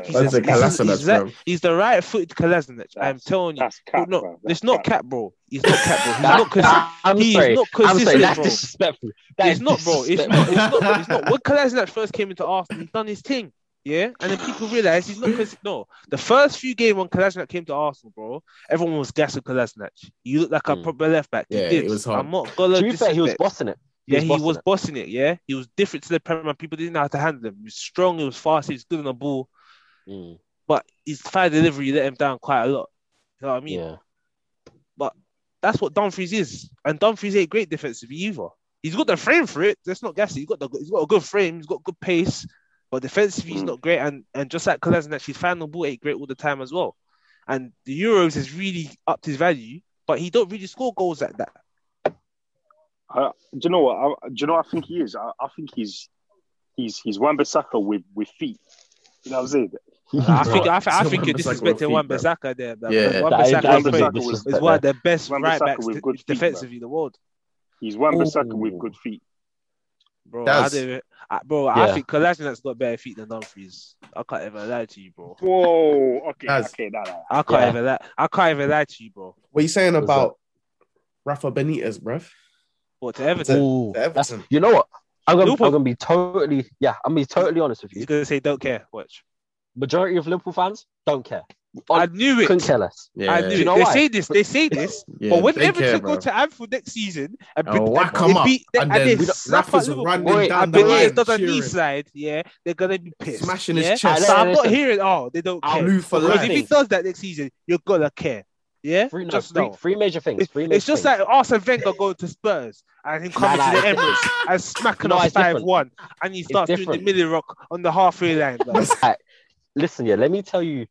S5: He's,
S2: That's
S5: a-
S2: a
S5: he's-
S2: Kalasinac,
S5: he's that-
S2: bro.
S5: he's the right footed Kolasinac. I'm
S3: That's-
S5: telling you.
S3: That's cap,
S5: no,
S3: bro. That's
S5: It's not
S3: cap.
S5: cap, bro. He's not cap, bro. He's
S1: That-
S5: not consistent.
S1: I'm
S5: he's
S1: sorry.
S5: not
S1: I'm sorry.
S5: consistent,
S1: That's
S5: bro.
S1: disrespectful. That
S5: It's
S1: is
S5: not, bro. It's
S1: disrespectful.
S5: not. It's not. It's not. When Kolasinac first came into Arsenal, he's done his thing. Yeah, and then people realize he's not. Cons- no, the first few games when Kolasinac came to Arsenal, bro, everyone was gassing Kolasinac. You look like a
S1: Mm.
S5: proper left back. He
S2: Yeah,
S5: did.
S2: it was hard.
S5: I'm not gonna.
S1: To be fair, he was
S5: disrespect.
S1: bossing it.
S5: Yeah, he
S1: bossing
S5: was
S1: it.
S5: bossing it. Yeah, he was different to the Premier. People didn't know how to handle him. He was strong. He was fast. He was good on the ball,
S1: Mm,
S5: but his fire delivery let him down quite a lot. You know what I mean?
S1: yeah.
S5: That's what Dumfries is, and Dumfries ain't great defensively either. He's got the frame for it. That's not gassy. He's got the he's got a good frame. He's got good pace, but defensively he's
S3: Mm.
S5: not great. And and just like Kolasinac, his final ball ain't great all the time as well. And the Euros has really upped his value, but he don't really score goals like that.
S3: I- do you know what? I, do you know? What I think he is. I, I think he's he's he's Wan-Bissaka with with feet. You know what I'm saying?
S5: I think I, think- I
S2: So
S5: think you're
S2: Wan-Bissaka
S5: disrespecting Wan
S2: with feet, bro.
S5: Bissaka there. But
S2: Yeah.
S5: Wan
S1: That is- that is
S5: Bissaka is,
S1: a bit
S3: Wan-Bissaka was-
S5: is one of
S1: disrespectful.
S5: the best
S3: Wan-Bissaka
S5: right backs
S3: with
S5: de-
S3: good feet,
S5: defensively in the world.
S3: He's Wan-Bissaka
S1: Ooh.
S3: with good feet.
S5: Bro,
S2: That's-
S5: I don't, I, bro,
S1: Yeah.
S5: I think Kolasinac's got better feet than Dumfries. I can't ever lie to you, bro.
S3: Whoa. Okay.
S2: Guys.
S3: Okay. Nah, nah.
S5: I can't
S1: Yeah.
S5: even lie. I can't even lie to you, bro.
S2: What are you saying
S1: What's
S2: about Rafa Benitez, bruv?
S5: What to Everton?
S1: Ooh,
S2: The
S1: that's-
S2: Everton.
S1: you know what? I'm gonna, I'm
S5: Liverpool-
S1: gonna be totally, yeah, I'm gonna be totally honest with
S5: He's
S1: you.
S5: gonna say don't care. Watch.
S1: Majority of Liverpool fans don't care.
S5: I knew
S1: Couldn't
S5: it.
S1: care less.
S2: Yeah,
S5: I knew
S1: You
S5: it.
S1: know
S5: they
S1: why?
S5: say this. They say this.
S2: yeah,
S5: but when
S2: they
S5: Everton
S2: care,
S5: go
S2: bruv.
S5: to Anfield next season and
S2: Oh,
S5: bring
S2: whack 'em up,
S5: beat them,
S2: and
S5: and,
S2: then
S5: they
S2: we don't-
S5: slap
S2: Rafa's
S5: out
S2: running
S5: Liverpool,
S1: down
S5: and
S1: the
S5: Benitez
S2: line,
S5: does an
S2: cheering.
S5: east side, yeah, they're gonna be pissed.
S2: Smashing his
S5: yeah?
S2: chest.
S5: So I'm not
S1: Listen.
S5: hearing. Oh, they don't care.
S2: Blue for
S1: Because
S5: Because
S1: Right.
S5: if
S2: life.
S5: he does that next season, you're gonna care. Yeah,
S1: Three, no,
S5: just
S1: three,
S5: know.
S1: three major things.
S5: It's,
S1: Three major
S5: it's just
S1: things.
S5: like Arsene Wenger going to Spurs and him
S1: Nah,
S5: coming
S1: nah,
S5: to the
S1: it's
S5: Emirates and smacking
S1: No,
S5: us
S1: it's different.
S5: five one, and he starts doing the
S1: different.
S5: milli rock on the halfway line. Like,
S1: Listen, yeah, let me tell you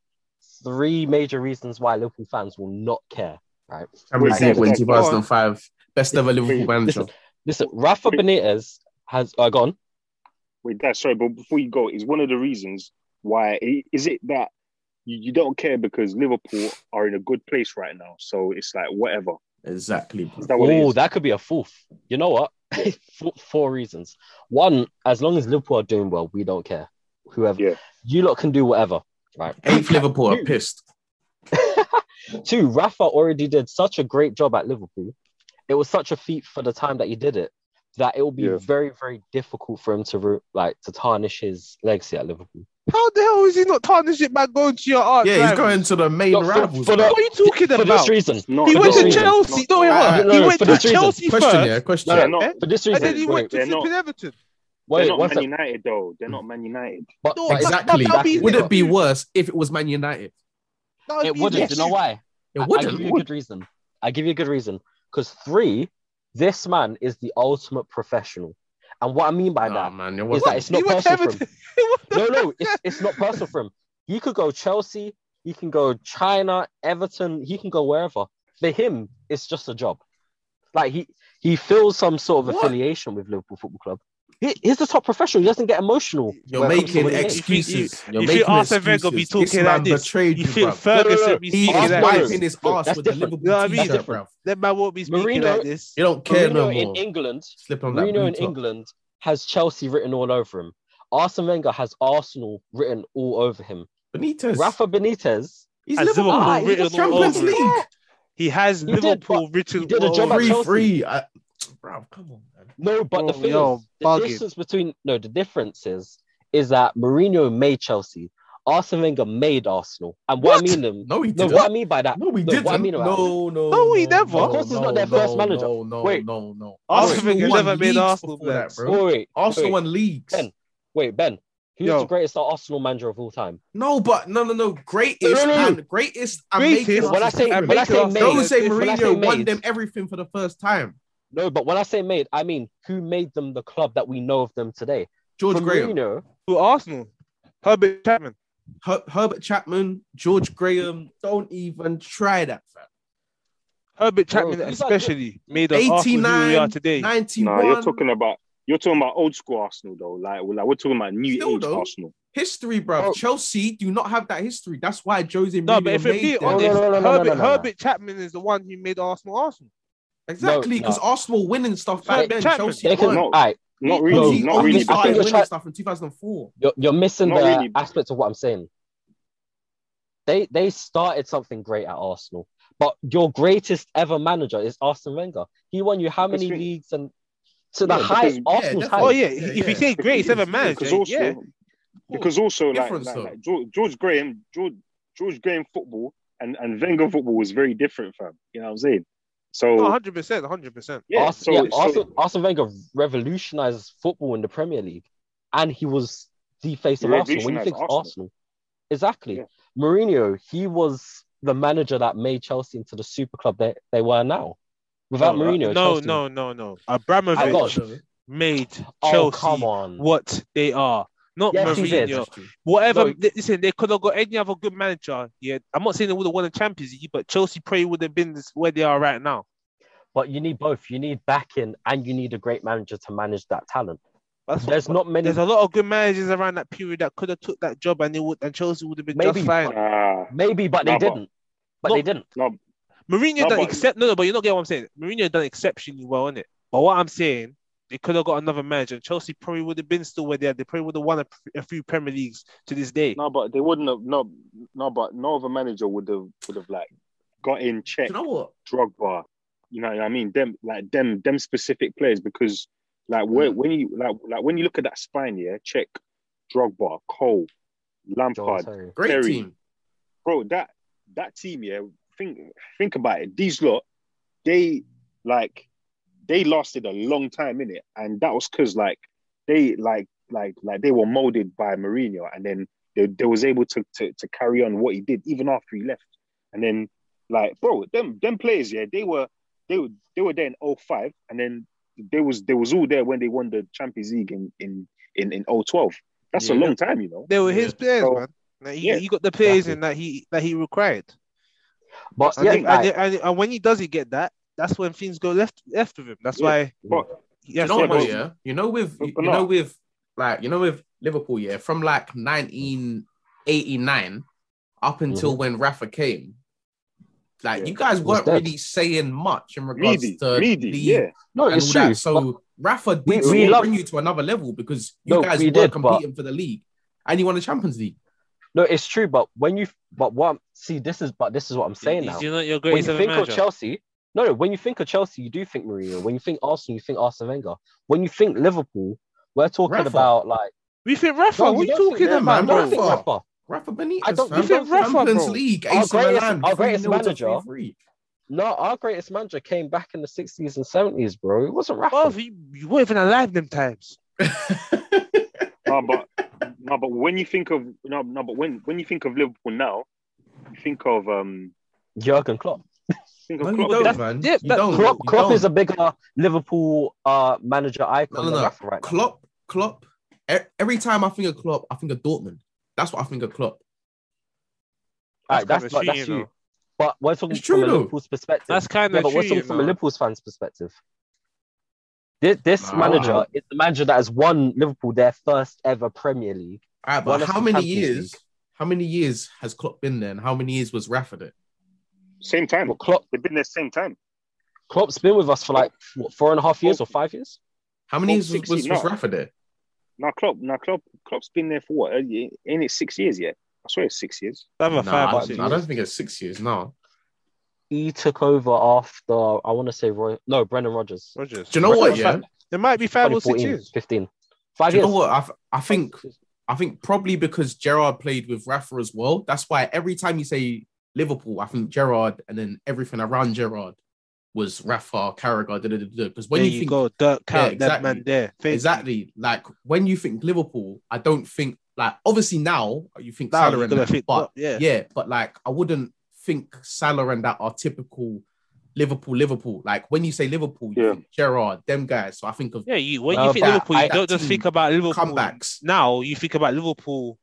S1: three major reasons why Liverpool fans will not care. Right?
S2: Champions
S1: Like,
S2: League win
S3: go on.
S2: 2005. Best ever Liverpool
S3: Wait,
S2: manager.
S1: Listen, Rafa
S3: Wait.
S1: Benitez has uh, gone.
S3: Wait, that sorry, but before you go, is one of the reasons why is it that you, you don't care because Liverpool are in a good place right now, so it's like whatever.
S2: Exactly, bro.
S3: Is that what it
S1: Oh,
S3: is?
S1: that could be a fourth. You know what? four, four reasons. One, as long as Liverpool are doing well, we don't care. Whoever
S3: Yeah.
S1: you lot can do whatever. Right.
S2: Eighth Liverpool are pissed.
S1: Two, Rafa already did such a great job at Liverpool. It was such a feat for the time that he did it that it will be
S3: Yeah.
S1: very, very difficult for him to ru- like to tarnish his legacy at Liverpool.
S5: How the hell is he not tarnished it by going to your art?
S2: Yeah, he's going to the main
S1: Look, for-
S2: rivals.
S1: for
S2: bro.
S1: the-
S5: What are you talking
S1: For
S5: about?
S1: this reason,
S3: No,
S5: He
S1: for
S5: went
S1: this
S5: to
S1: reason.
S5: Chelsea.
S3: No,
S5: No, wait,
S2: Uh,
S5: hold on.
S1: no,
S5: He
S1: no,
S5: went
S1: for
S5: to
S1: this reason.
S5: Chelsea
S2: question, yeah,
S5: first,
S2: question.
S3: they're
S1: no,
S3: not,
S1: for this
S5: and
S1: reason.
S5: then he went
S1: Wait,
S5: to
S3: they're not-
S5: flipping Everton.
S3: they're
S1: wait,
S3: not
S1: one
S3: Man
S1: second.
S3: United though. They're not Man United.
S1: But,
S5: No,
S1: but it's-
S2: Exactly.
S5: That- that'll be-
S2: Would it be worse if it was Man United?
S5: That
S1: it
S5: be
S1: wouldn't.
S5: his
S1: You know
S5: issue.
S1: why?
S2: It
S1: I- I give you a
S2: wouldn't.
S1: good reason. I give you a good reason. Because three, this man is the ultimate professional. And what I mean by
S2: Nah,
S1: that
S2: man, it
S1: is that
S2: wasn't.
S1: it's not
S5: He went to
S1: personal for him.
S5: Everton. What the-
S1: No, no, it's, it's not personal for him. He could go Chelsea, he can go China, Everton, he can go wherever. For him, it's just a job. Like he he feels some sort of
S2: What?
S1: affiliation with Liverpool Football Club. He, he's the top professional. He doesn't get emotional.
S2: You're
S1: when it comes to
S2: making
S1: winning games.
S2: excuses. You, are
S5: if you
S2: making
S5: Arsene Wenger
S2: excuses.
S5: be talking
S2: this man
S5: like this,
S2: betrayed
S5: You
S2: you,
S5: feel
S2: bruv.
S5: Ferguson
S1: no, no.
S5: be
S2: He
S5: speaking
S2: is
S5: like
S1: different.
S2: wiping his
S1: Look,
S2: ass
S1: that's
S2: with a
S1: different.
S2: Liverpool
S5: You know what I mean?
S2: t-shirt, bruv.
S1: Different.
S5: That man won't be speaking
S1: Mourinho-
S5: like this.
S2: You don't care
S1: Mourinho
S2: no
S1: in
S2: more.
S1: England,
S2: Slip on that
S1: Mourinho
S2: blue
S1: in
S2: top.
S1: England has Chelsea written all over him. Arsene Wenger has Arsenal written all over him.
S2: Benitez.
S1: Rafa Benitez,
S2: he's
S5: Has
S2: Liverpool.
S1: Ah,
S5: Liverpool
S1: he's
S5: written
S1: just
S5: all
S2: Champions
S5: over him.
S2: League.
S5: He has
S1: He did,
S5: Liverpool written
S1: he did a
S5: all
S1: job at
S5: over him.
S2: Free,
S1: Chelsea.
S2: free. I, bruv, come on, man.
S1: No, but the
S5: Yo,
S1: thing
S5: yo,
S2: Oh,
S1: is, the
S5: bugging.
S1: distance between no, the difference is is that Mourinho made Chelsea, Arsene Wenger made Arsenal, and what, I
S2: What?
S1: mean them,
S2: No, he
S1: no,
S2: didn't.
S1: what I mean by that,
S2: No, we
S1: No,
S2: didn't.
S1: what I mean about
S2: no, no,
S5: No, we never.
S1: Of course it's not their first manager.
S2: No, no,
S1: Wait.
S2: no, no.
S5: Arsenal Wenger
S2: won
S5: never made
S2: leagues
S5: Arsenal
S2: before that,
S5: blacks.
S1: wait,
S2: bro.
S1: wait,
S2: Arsenal
S1: wait,
S2: won leagues.
S1: Ben. wait, Ben, who's
S5: Yo.
S1: the greatest Arsenal manager of all time?
S2: No, but no, no, no. Greatest
S1: No, no, no.
S2: and greatest. and
S5: Greatest.
S2: making us
S1: When I
S2: is
S1: say-
S2: different.
S1: when I say made-
S5: Don't
S2: Jose
S5: say
S1: when I
S2: Mourinho
S1: say
S2: won
S1: made-
S2: them everything for the first time.
S1: No, but when I say made, I mean who made them the club that we know of them today.
S2: George
S1: From
S2: Graham,
S1: Mourinho,
S5: to Arsenal. Herbert Chapman.
S2: Her- Herbert Chapman, George Graham. Don't even try that. fam.
S5: Herbert
S1: Bro,
S5: Chapman
S1: these are
S5: especially made us Arsenal who we
S2: 89,
S5: are today.
S2: Ninety-one.
S3: No, you're talking about you're talking about old school Arsenal though. Like, we're- like we're talking about new
S2: Still
S3: age
S2: though.
S3: Arsenal.
S2: history, bro.
S3: Oh.
S1: Bro.
S2: Chelsea do not have that history. That's why Jose Mourinho
S5: No, but if we're
S2: made
S5: being
S2: them.
S5: honest,
S1: No, no, no, no, no,
S5: Herbert,
S1: no, no, no.
S5: Herbert Chapman is the one who made Arsenal Arsenal.
S2: exactly
S1: No,
S2: because
S1: no.
S2: Arsenal winning stuff back
S1: Wait,
S2: then.
S5: Chapman,
S2: Chelsea
S1: they can,
S2: won.
S3: No,
S1: all right,
S3: Not
S1: No,
S3: really,
S2: Chelsea
S3: not
S1: I'm
S2: only
S3: really.
S1: just- I
S2: started
S1: think
S3: Because
S1: you're
S2: winning
S1: try-
S2: stuff in 2004.
S1: you're, you're missing
S3: Not
S1: the
S3: really.
S1: aspect of what I'm saying. They they started something great at Arsenal, but your greatest ever manager is Arsene Wenger. He won you how
S3: That's
S1: many
S3: true.
S1: leagues and to the
S3: Yeah,
S1: high
S3: because-
S1: Arsenal's
S2: Yeah,
S1: high.
S5: Oh yeah,
S2: Yeah,
S5: if you
S2: yeah.
S5: say great, it's ever
S2: Because-
S5: man.
S3: because
S5: yeah,
S3: also,
S5: yeah.
S3: because also like,
S2: Difference,
S3: like,
S2: though.
S3: like George, George Graham, George, George Graham football and and Wenger football was very different, fam. You know what I'm saying? So
S5: No, hundred percent, hundred percent.
S3: yeah,
S1: Ars-
S3: so,
S1: yeah,
S3: so-
S1: Arsene, Arsene Wenger revolutionized football in the Premier League, and he was the face of
S3: He
S1: Arsenal. When you think of
S3: revolutionised
S1: Arsenal,
S3: Arsenal.
S1: exactly.
S3: Yeah.
S1: Mourinho, he was the manager that made Chelsea into the super club that they were now. Without
S2: No, right.
S1: Mourinho,
S5: No,
S1: Chelsea,
S5: no, no, no.
S1: I got
S5: Abramovich
S1: you.
S2: Gosh.
S5: made
S1: Oh come
S5: Chelsea
S1: on!
S5: what they are. Not
S1: Yes, he did.
S5: Mourinho. Whatever.
S1: No.
S5: th- Listen, they could have got any other good manager. Yeah, I'm not saying they would have won a Champions League, but Chelsea probably would have been this, where they are right now.
S1: But you need both. You need backing, and you need a great manager to manage that talent.
S5: That's
S1: There's not many.
S5: There's a lot of good managers around that period that could have took that job and they would and Chelsea would have been
S1: Maybe.
S5: just fine.
S3: nah,
S1: Maybe, but they
S3: No, but-
S1: didn't. But
S5: No.
S1: they didn't.
S5: Mourinho
S3: No,
S5: done
S3: but-
S5: except no, no, but you are not getting what I'm saying. Mourinho done exceptionally well in it. But what I'm saying, they could have got another manager. and Chelsea probably would have been still where they are. They probably would have won a, a few Premier Leagues to this day.
S3: no, but they wouldn't have no, no, but no other manager would have would have like got in
S2: Do
S3: check
S2: you know what?
S3: drug bar. You know what I mean? Them like them them specific players because like when, when you like like when you look at that spine, yeah, check drug bar, Cole,
S1: John
S3: Lampard,
S1: Terry.
S2: Great
S3: Terry.
S2: team.
S3: bro, that that team, yeah, think think about it. These lot, they like they lasted a long time in it, and that was because like they like like like they were molded by Mourinho, and then they, they was able to, to to carry on what he did even after he left, and then like bro, them them players, yeah, they were they were they were there in 05 and then they was they was all there when they won the Champions League in in in, in 012. That's a
S2: Yeah.
S3: long time, you know.
S5: They were
S2: Yeah.
S5: his players,
S3: So-
S5: man. Like, he,
S3: Yeah.
S5: he got the players
S1: Exactly.
S5: in that he that he required.
S1: But
S5: And,
S1: yeah,
S5: then-
S1: like,
S5: and, and, and when he doesn't get that, that's when things go left left with him. That's
S3: Yeah.
S5: why
S3: But
S5: he has
S2: you know
S5: so
S2: what,
S5: much.
S2: though, yeah? You know with you,
S3: But
S2: you know
S3: not-
S2: with like you know with Liverpool, yeah, from like 1989 up until when Rafa came, like
S3: Mm-hmm. Yeah.
S2: you guys
S1: was
S2: weren't
S1: dead.
S2: really saying much in regards
S3: Meaty,
S2: to
S3: Meaty,
S2: league
S3: yeah.
S1: no,
S2: and
S1: it's
S2: all
S1: true.
S2: that. So Rafa did
S1: we- we
S2: still
S1: love-
S2: bring you to another level because you
S1: No,
S2: guys
S1: we
S2: were
S1: did, but-
S2: competing for the league and you won the Champions League.
S1: No, it's true, but when you but what I'm- see this is but this is what I'm saying
S5: He's-
S1: now.
S5: You're not your
S1: When you
S5: greatest ever
S1: think of
S5: manager.
S1: Chelsea, no, no, when you think of Chelsea, you do think Mourinho. When you think Arsenal, you think Arsene Wenger. When you think Liverpool, we're talking
S2: Rafa.
S1: about like
S5: We think Rafa.
S1: No, you
S5: what are you
S1: don't think-
S5: talking
S2: yeah,
S5: about,
S2: man,
S1: no,
S5: bro?
S1: I think
S2: Rafa.
S1: Rafa.
S2: Rafa Benitez,
S1: I don't- you
S2: fam.
S1: said
S5: Rafa,
S2: Champions
S5: bro.
S2: League,
S1: Our
S2: AC
S1: greatest-
S2: Milan,
S1: our greatest
S2: 3-0 to
S1: manager-
S2: 3-3.
S1: No, our greatest manager came back in the 60s and 70s, bro. It wasn't Rafa.
S5: Bruv, you, you weren't even alive them times.
S3: no, but no, but when you think of no, no, but when when you think of Liverpool now, you think of um,
S1: Jurgen Klopp.
S3: think
S2: No,
S3: of
S2: you
S3: Klopp.
S2: don't,
S3: That's-
S2: man.
S5: yeah,
S2: you
S5: that-
S2: don't.
S1: Klopp,
S2: You
S1: Klopp
S2: don't.
S1: is a bigger Liverpool uh, manager icon
S2: No, no,
S1: than
S2: no.
S1: Rafa right now.
S2: Klopp, Klopp. E- Every time I think of Klopp, I think of Dortmund. That's what I think of Klopp.
S1: Alright,
S5: That's
S1: that's,
S5: kinda
S1: that's
S5: cheating,
S1: you.
S5: though.
S1: But we're talking
S2: It's true
S1: from a
S2: though.
S1: Liverpool's perspective.
S5: That's kind
S1: yeah,
S5: of
S1: but we're
S5: true.
S1: talking
S5: you
S1: from a
S5: know.
S1: Liverpool's fans' perspective. This, this
S2: Nah.
S1: manager is the manager that has won Liverpool their first ever Premier League.
S2: All right,
S1: One
S2: but
S1: of
S2: how
S1: the
S2: many
S1: Champions
S2: years? How many years has Klopp been there, and how many years was Rafa there?
S3: Same time.
S1: Well, Klopp,
S3: They've been there same time.
S1: Klopp's been with us for like what, four and a half years or five years.
S2: How many
S3: Well,
S2: years was, was,
S3: 60,
S2: was
S3: no.
S2: Rafa there?
S3: Now Klopp, now Klopp, Klopp's been there for what? uh, ye- Ain't it six years yet? I swear it's six years.
S5: Another
S2: Nah,
S5: five
S2: I,
S5: or
S1: five
S5: six.
S2: don't- I don't think it's six years now.
S1: He took over after I want to say Roy, no Brendan Rodgers.
S5: Rogers.
S2: Do you know
S1: Roger
S2: what?
S1: was
S2: Yeah,
S1: like
S5: There might be five or six
S1: 2014,
S5: years.
S1: 15. Five
S2: do you
S1: years.
S2: know what? I, th- I think I think probably because Gerard played with Rafa as well. That's why every time you say Liverpool, I think Gerard, and then everything around Gerard was Rafa, Carragher. Because when
S5: there
S2: you,
S5: you
S2: think
S5: go, Dirk Cow, that
S2: exactly.
S5: man there. Thank you.
S2: exactly like when you think Liverpool, I don't think like obviously now you think
S5: Now
S2: Salah
S5: you're
S2: and
S5: gonna
S2: that,
S5: think,
S2: but
S5: well, yeah.
S2: yeah, but like I wouldn't think Salah and that are typical Liverpool. Liverpool, like when you say Liverpool, you
S3: Yeah.
S2: think Gerard, them guys. So I think of
S5: Yeah, you when
S1: Uh,
S5: you think
S1: but
S5: Liverpool,
S1: I-
S5: you don't just
S2: team
S5: think about Liverpool.
S2: comebacks.
S5: Now you think about Liverpool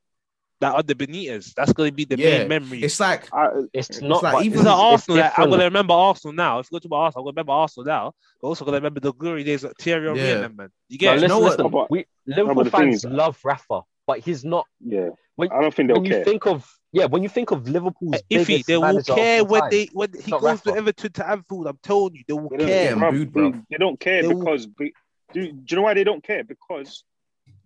S5: that other Benitez. That's gonna be the
S2: Yeah,
S5: main memory. It's,
S2: It's like
S3: I,
S1: It's not
S2: like
S1: but
S2: even
S1: it's-
S5: like
S2: it's
S5: Arsenal. like, I'm
S1: different.
S5: gonna remember Arsenal now. If you go to my Arsenal, I'm gonna remember Arsenal now. But also gonna remember the glory days of Thierry Henry
S2: Yeah.
S5: and them man. You
S1: No,
S5: get it?
S1: listen,
S2: know what?
S1: listen.
S3: No, but-
S1: we, Liverpool
S3: the thing
S1: fans
S3: is-
S1: love Rafa, but he's not.
S3: yeah,
S1: When-
S3: I don't think they'll
S1: When you
S3: care.
S1: think of yeah, when you think of Liverpool's
S5: iffy.
S1: biggest
S5: They will
S1: manager of
S5: care
S1: all
S5: when
S1: time,
S5: they when he
S1: not
S5: goes to
S1: Rafa.
S5: Everton to Anfield. I'm telling you, they will
S3: They don't
S5: care.
S2: Yeah,
S3: bruv,
S2: booed,
S3: they-
S2: bruv.
S3: They don't care
S5: They will-
S3: because be, do, do you know why they don't care? Because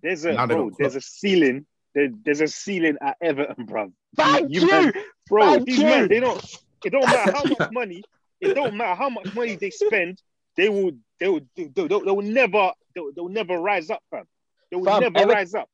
S3: there's a
S2: Now they
S3: bro,
S2: got
S3: there's a ceiling. There, there's a ceiling at Everton, bruv.
S1: Thank
S3: You
S1: you.
S3: man- Bro,
S1: Thank
S3: these
S1: you.
S3: men, they don't. It don't matter how much money. It don't matter how much money they spend. They will. They will. They will, they will, they will never. They will, they will never rise up, fam. They will
S1: Fam,
S3: never
S1: Ever-
S3: rise up.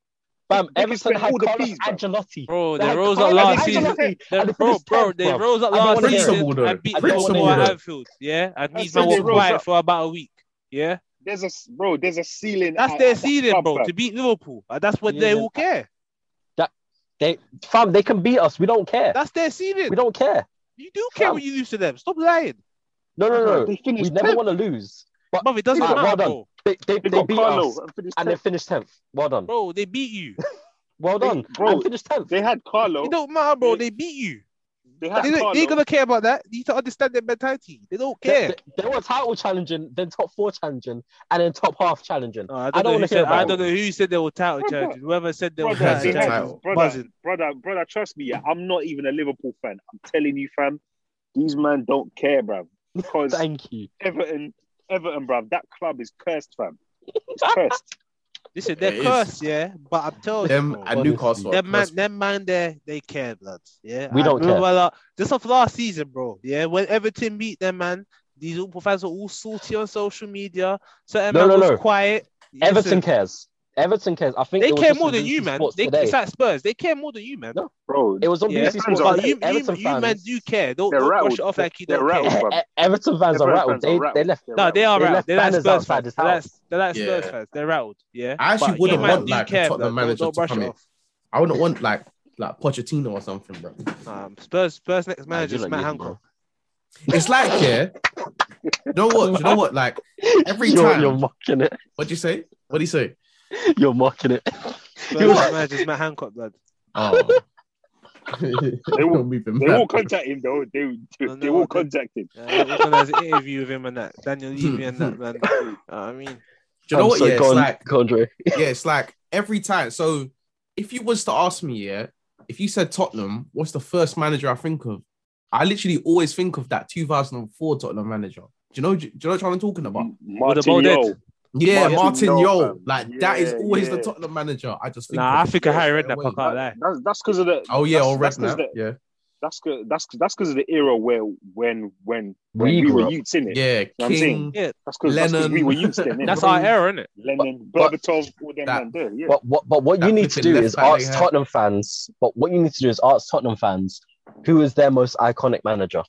S1: Bam,
S3: They can
S1: Everton
S3: spend
S1: had
S3: all the
S1: Carlos
S3: fees, bruv.
S1: Ancelotti.
S5: Bro,
S1: They
S5: they
S1: had
S5: rose up
S1: Carlo
S5: last
S1: Ancelotti
S5: season.
S1: and
S5: They-
S1: they
S5: Bro,
S1: finished
S5: bro,
S1: tenth,
S5: they
S1: bruv.
S5: rose up
S1: I don't
S5: last
S1: wanna hear
S5: season.
S2: Principle, though.
S5: and beat
S1: don't wanna
S5: Liverpool
S1: hear
S5: at
S1: that.
S5: Anfield. Yeah, and
S3: I
S5: these
S3: said
S5: men
S3: they
S5: were
S3: rose
S5: quiet
S3: up.
S5: for about a week. Yeah,
S3: There's a bro. There's a ceiling.
S5: that's
S3: at-
S5: their
S3: at that
S5: season,
S3: club,
S5: bro.
S3: fam.
S5: To beat Liverpool, and that's when
S1: Yeah.
S5: they will care.
S1: They, fam, they can beat us. We don't care.
S5: That's their season.
S1: We don't care.
S5: You do care
S1: Fam.
S5: when you lose to them. Stop lying,
S1: No, no, no.
S3: They
S1: We
S3: finished.
S1: never
S3: tenth.
S1: want to lose.
S5: bro. It doesn't
S1: Alright, well
S5: matter,
S1: done.
S5: bro.
S1: They, they,
S3: They
S1: they
S3: got
S1: beat
S3: Carlo
S1: us
S3: and finished
S1: and they
S3: tenth.
S1: finished tenth. Well done.
S5: Bro, they beat you.
S1: Well
S3: They-
S1: done.
S3: bro,
S1: and finished tenth.
S3: They had Carlo.
S5: It don't matter, bro.
S3: They-
S5: They beat you.
S3: They
S5: They,
S3: had
S5: don't- they
S3: Carlo.
S5: ain't gonna care about that. You need to understand their mentality. They don't
S1: They,
S5: care.
S1: they- they were title challenging, then top four challenging, and then top half challenging.
S5: No, I
S1: I don't
S5: don't, know
S1: wanna
S5: who
S1: hear
S5: said,
S1: about
S5: I don't know who said they were title
S3: Brother.
S5: challenging. Whoever said they were
S3: Brother,
S5: title
S2: That's
S3: they
S2: the
S3: had-
S5: challenging.
S2: title.
S3: brother,
S5: Buzzing.
S3: brother, brother, trust me, yeah, I'm not even a Liverpool fan. I'm telling you, fam, these men don't care, bruv. Because
S1: Thank you.
S3: Everton, Everton, bruv, that club is cursed, fam. It's cursed.
S5: Listen, they're
S2: It is.
S5: cursed, yeah. But I'm telling you,
S2: them
S5: bro,
S2: and
S1: honestly.
S2: Newcastle.
S5: Them man, them man there, they care, blood. Yeah,
S1: We
S5: I
S1: don't care.
S5: remember Like, just off last season, bro. Yeah, when Everton beat them, man, these Liverpool fans were all salty on social media. So
S1: No,
S5: Everton
S1: no,
S5: was
S1: no.
S5: quiet.
S1: Everton
S5: Listen,
S1: cares. Everton cares. I think
S5: they
S1: it was
S5: care
S1: just
S5: more
S1: on
S5: than you,
S1: BBC
S5: man.
S1: Sports
S5: They,
S1: today.
S5: it's like Spurs. They care more than you, man.
S1: No,
S3: Bro,
S1: It was on
S5: Yeah.
S1: BBC
S3: Fans
S1: Sports
S3: are-
S5: But
S1: today.
S5: you, you,
S1: Everton
S5: you man
S1: fans.
S5: do care. Don't,
S3: They're
S5: don't brush
S3: rattled.
S5: it off like you
S3: They're
S5: don't
S1: E-
S5: care.
S3: rattled.
S1: E- Everton fans are
S3: Everton
S1: rattled.
S3: fans
S1: They,
S3: rattled.
S1: they left.
S3: They're
S5: No, they
S3: rattled.
S5: are
S1: They
S5: rattled.
S1: left
S5: They're like
S1: banners
S5: Spurs
S1: outside
S5: fans.
S1: his
S5: They're like,
S1: house.
S5: they're like Spurs
S2: Yeah.
S5: fans. They're rattled. Yeah.
S2: I actually
S5: But
S2: wouldn't
S5: you man
S2: want
S5: do
S2: like
S5: care,
S2: a Tottenham
S5: blood. Don't-
S2: manager
S5: don't
S2: to
S5: brush
S2: come
S5: it
S2: in.
S5: off.
S2: I wouldn't want like like Pochettino or something, bro.
S5: Um, Spurs, Spurs next
S1: Nah,
S5: manager
S1: you
S5: is
S1: lot
S5: Matt
S1: need
S5: Hancock.
S1: more.
S2: It's like yeah. You know what? You know what? Like every
S1: you're,
S2: time.
S1: you're mocking it.
S2: What'd you say? What'd he say?
S1: You're mocking it.
S5: Spurs next manager is Matt Hancock, blood.
S2: Oh.
S3: They will-
S2: move him
S3: They
S2: back.
S3: will contact him, though. They, they,
S5: No,
S3: they
S5: no,
S3: will
S5: they-
S3: contact him.
S5: Uh, organize an interview with him and that Daniel Levy and that man. Uh, I mean,
S2: Do you know
S1: I'm
S2: what?
S1: Um, so
S2: yeah, it's
S1: gone,
S2: like
S1: Condre.
S2: yeah, it's like every time. So if you was to ask me, yeah, if you said Tottenham, what's the first manager I think of? I literally always think of that 2004 Tottenham manager. Do you know? Do you know what I'm talking about?
S5: With the
S3: Martin
S5: ball dead.
S3: Yo.
S2: Yeah,
S3: Martin
S2: Martin
S3: Noel,
S2: Yo.
S3: fam.
S2: Like that is
S3: Yeah,
S2: always the
S3: yeah.
S2: Tottenham manager. I just think.
S5: nah, I
S2: of.
S5: think I hired red that
S2: Wait.
S5: puck, I can't lie.
S3: That's that's because of the.
S2: Oh yeah,
S3: that's-
S2: or
S3: that's 'cause
S2: Redknapp.
S3: the-
S2: Yeah,
S3: That's 'cause- that's that's because of the era where when when when
S1: We
S3: we,
S1: grew
S3: were
S1: up.
S3: youths in it.
S2: yeah.
S3: I'm
S2: King.
S5: Yeah,
S3: That's because
S2: Lennon.
S3: we were used to it.
S5: that's our error, isn't it?
S3: Lennon,
S1: But-
S3: Berbatov, all them
S2: That-
S3: man there. Yeah.
S1: But what, but what
S2: That
S1: you need to
S2: flipping
S1: do
S2: left
S1: is
S2: back they
S1: ask
S2: had.
S1: Tottenham fans. But what you need to do is ask Tottenham fans who is their most iconic manager.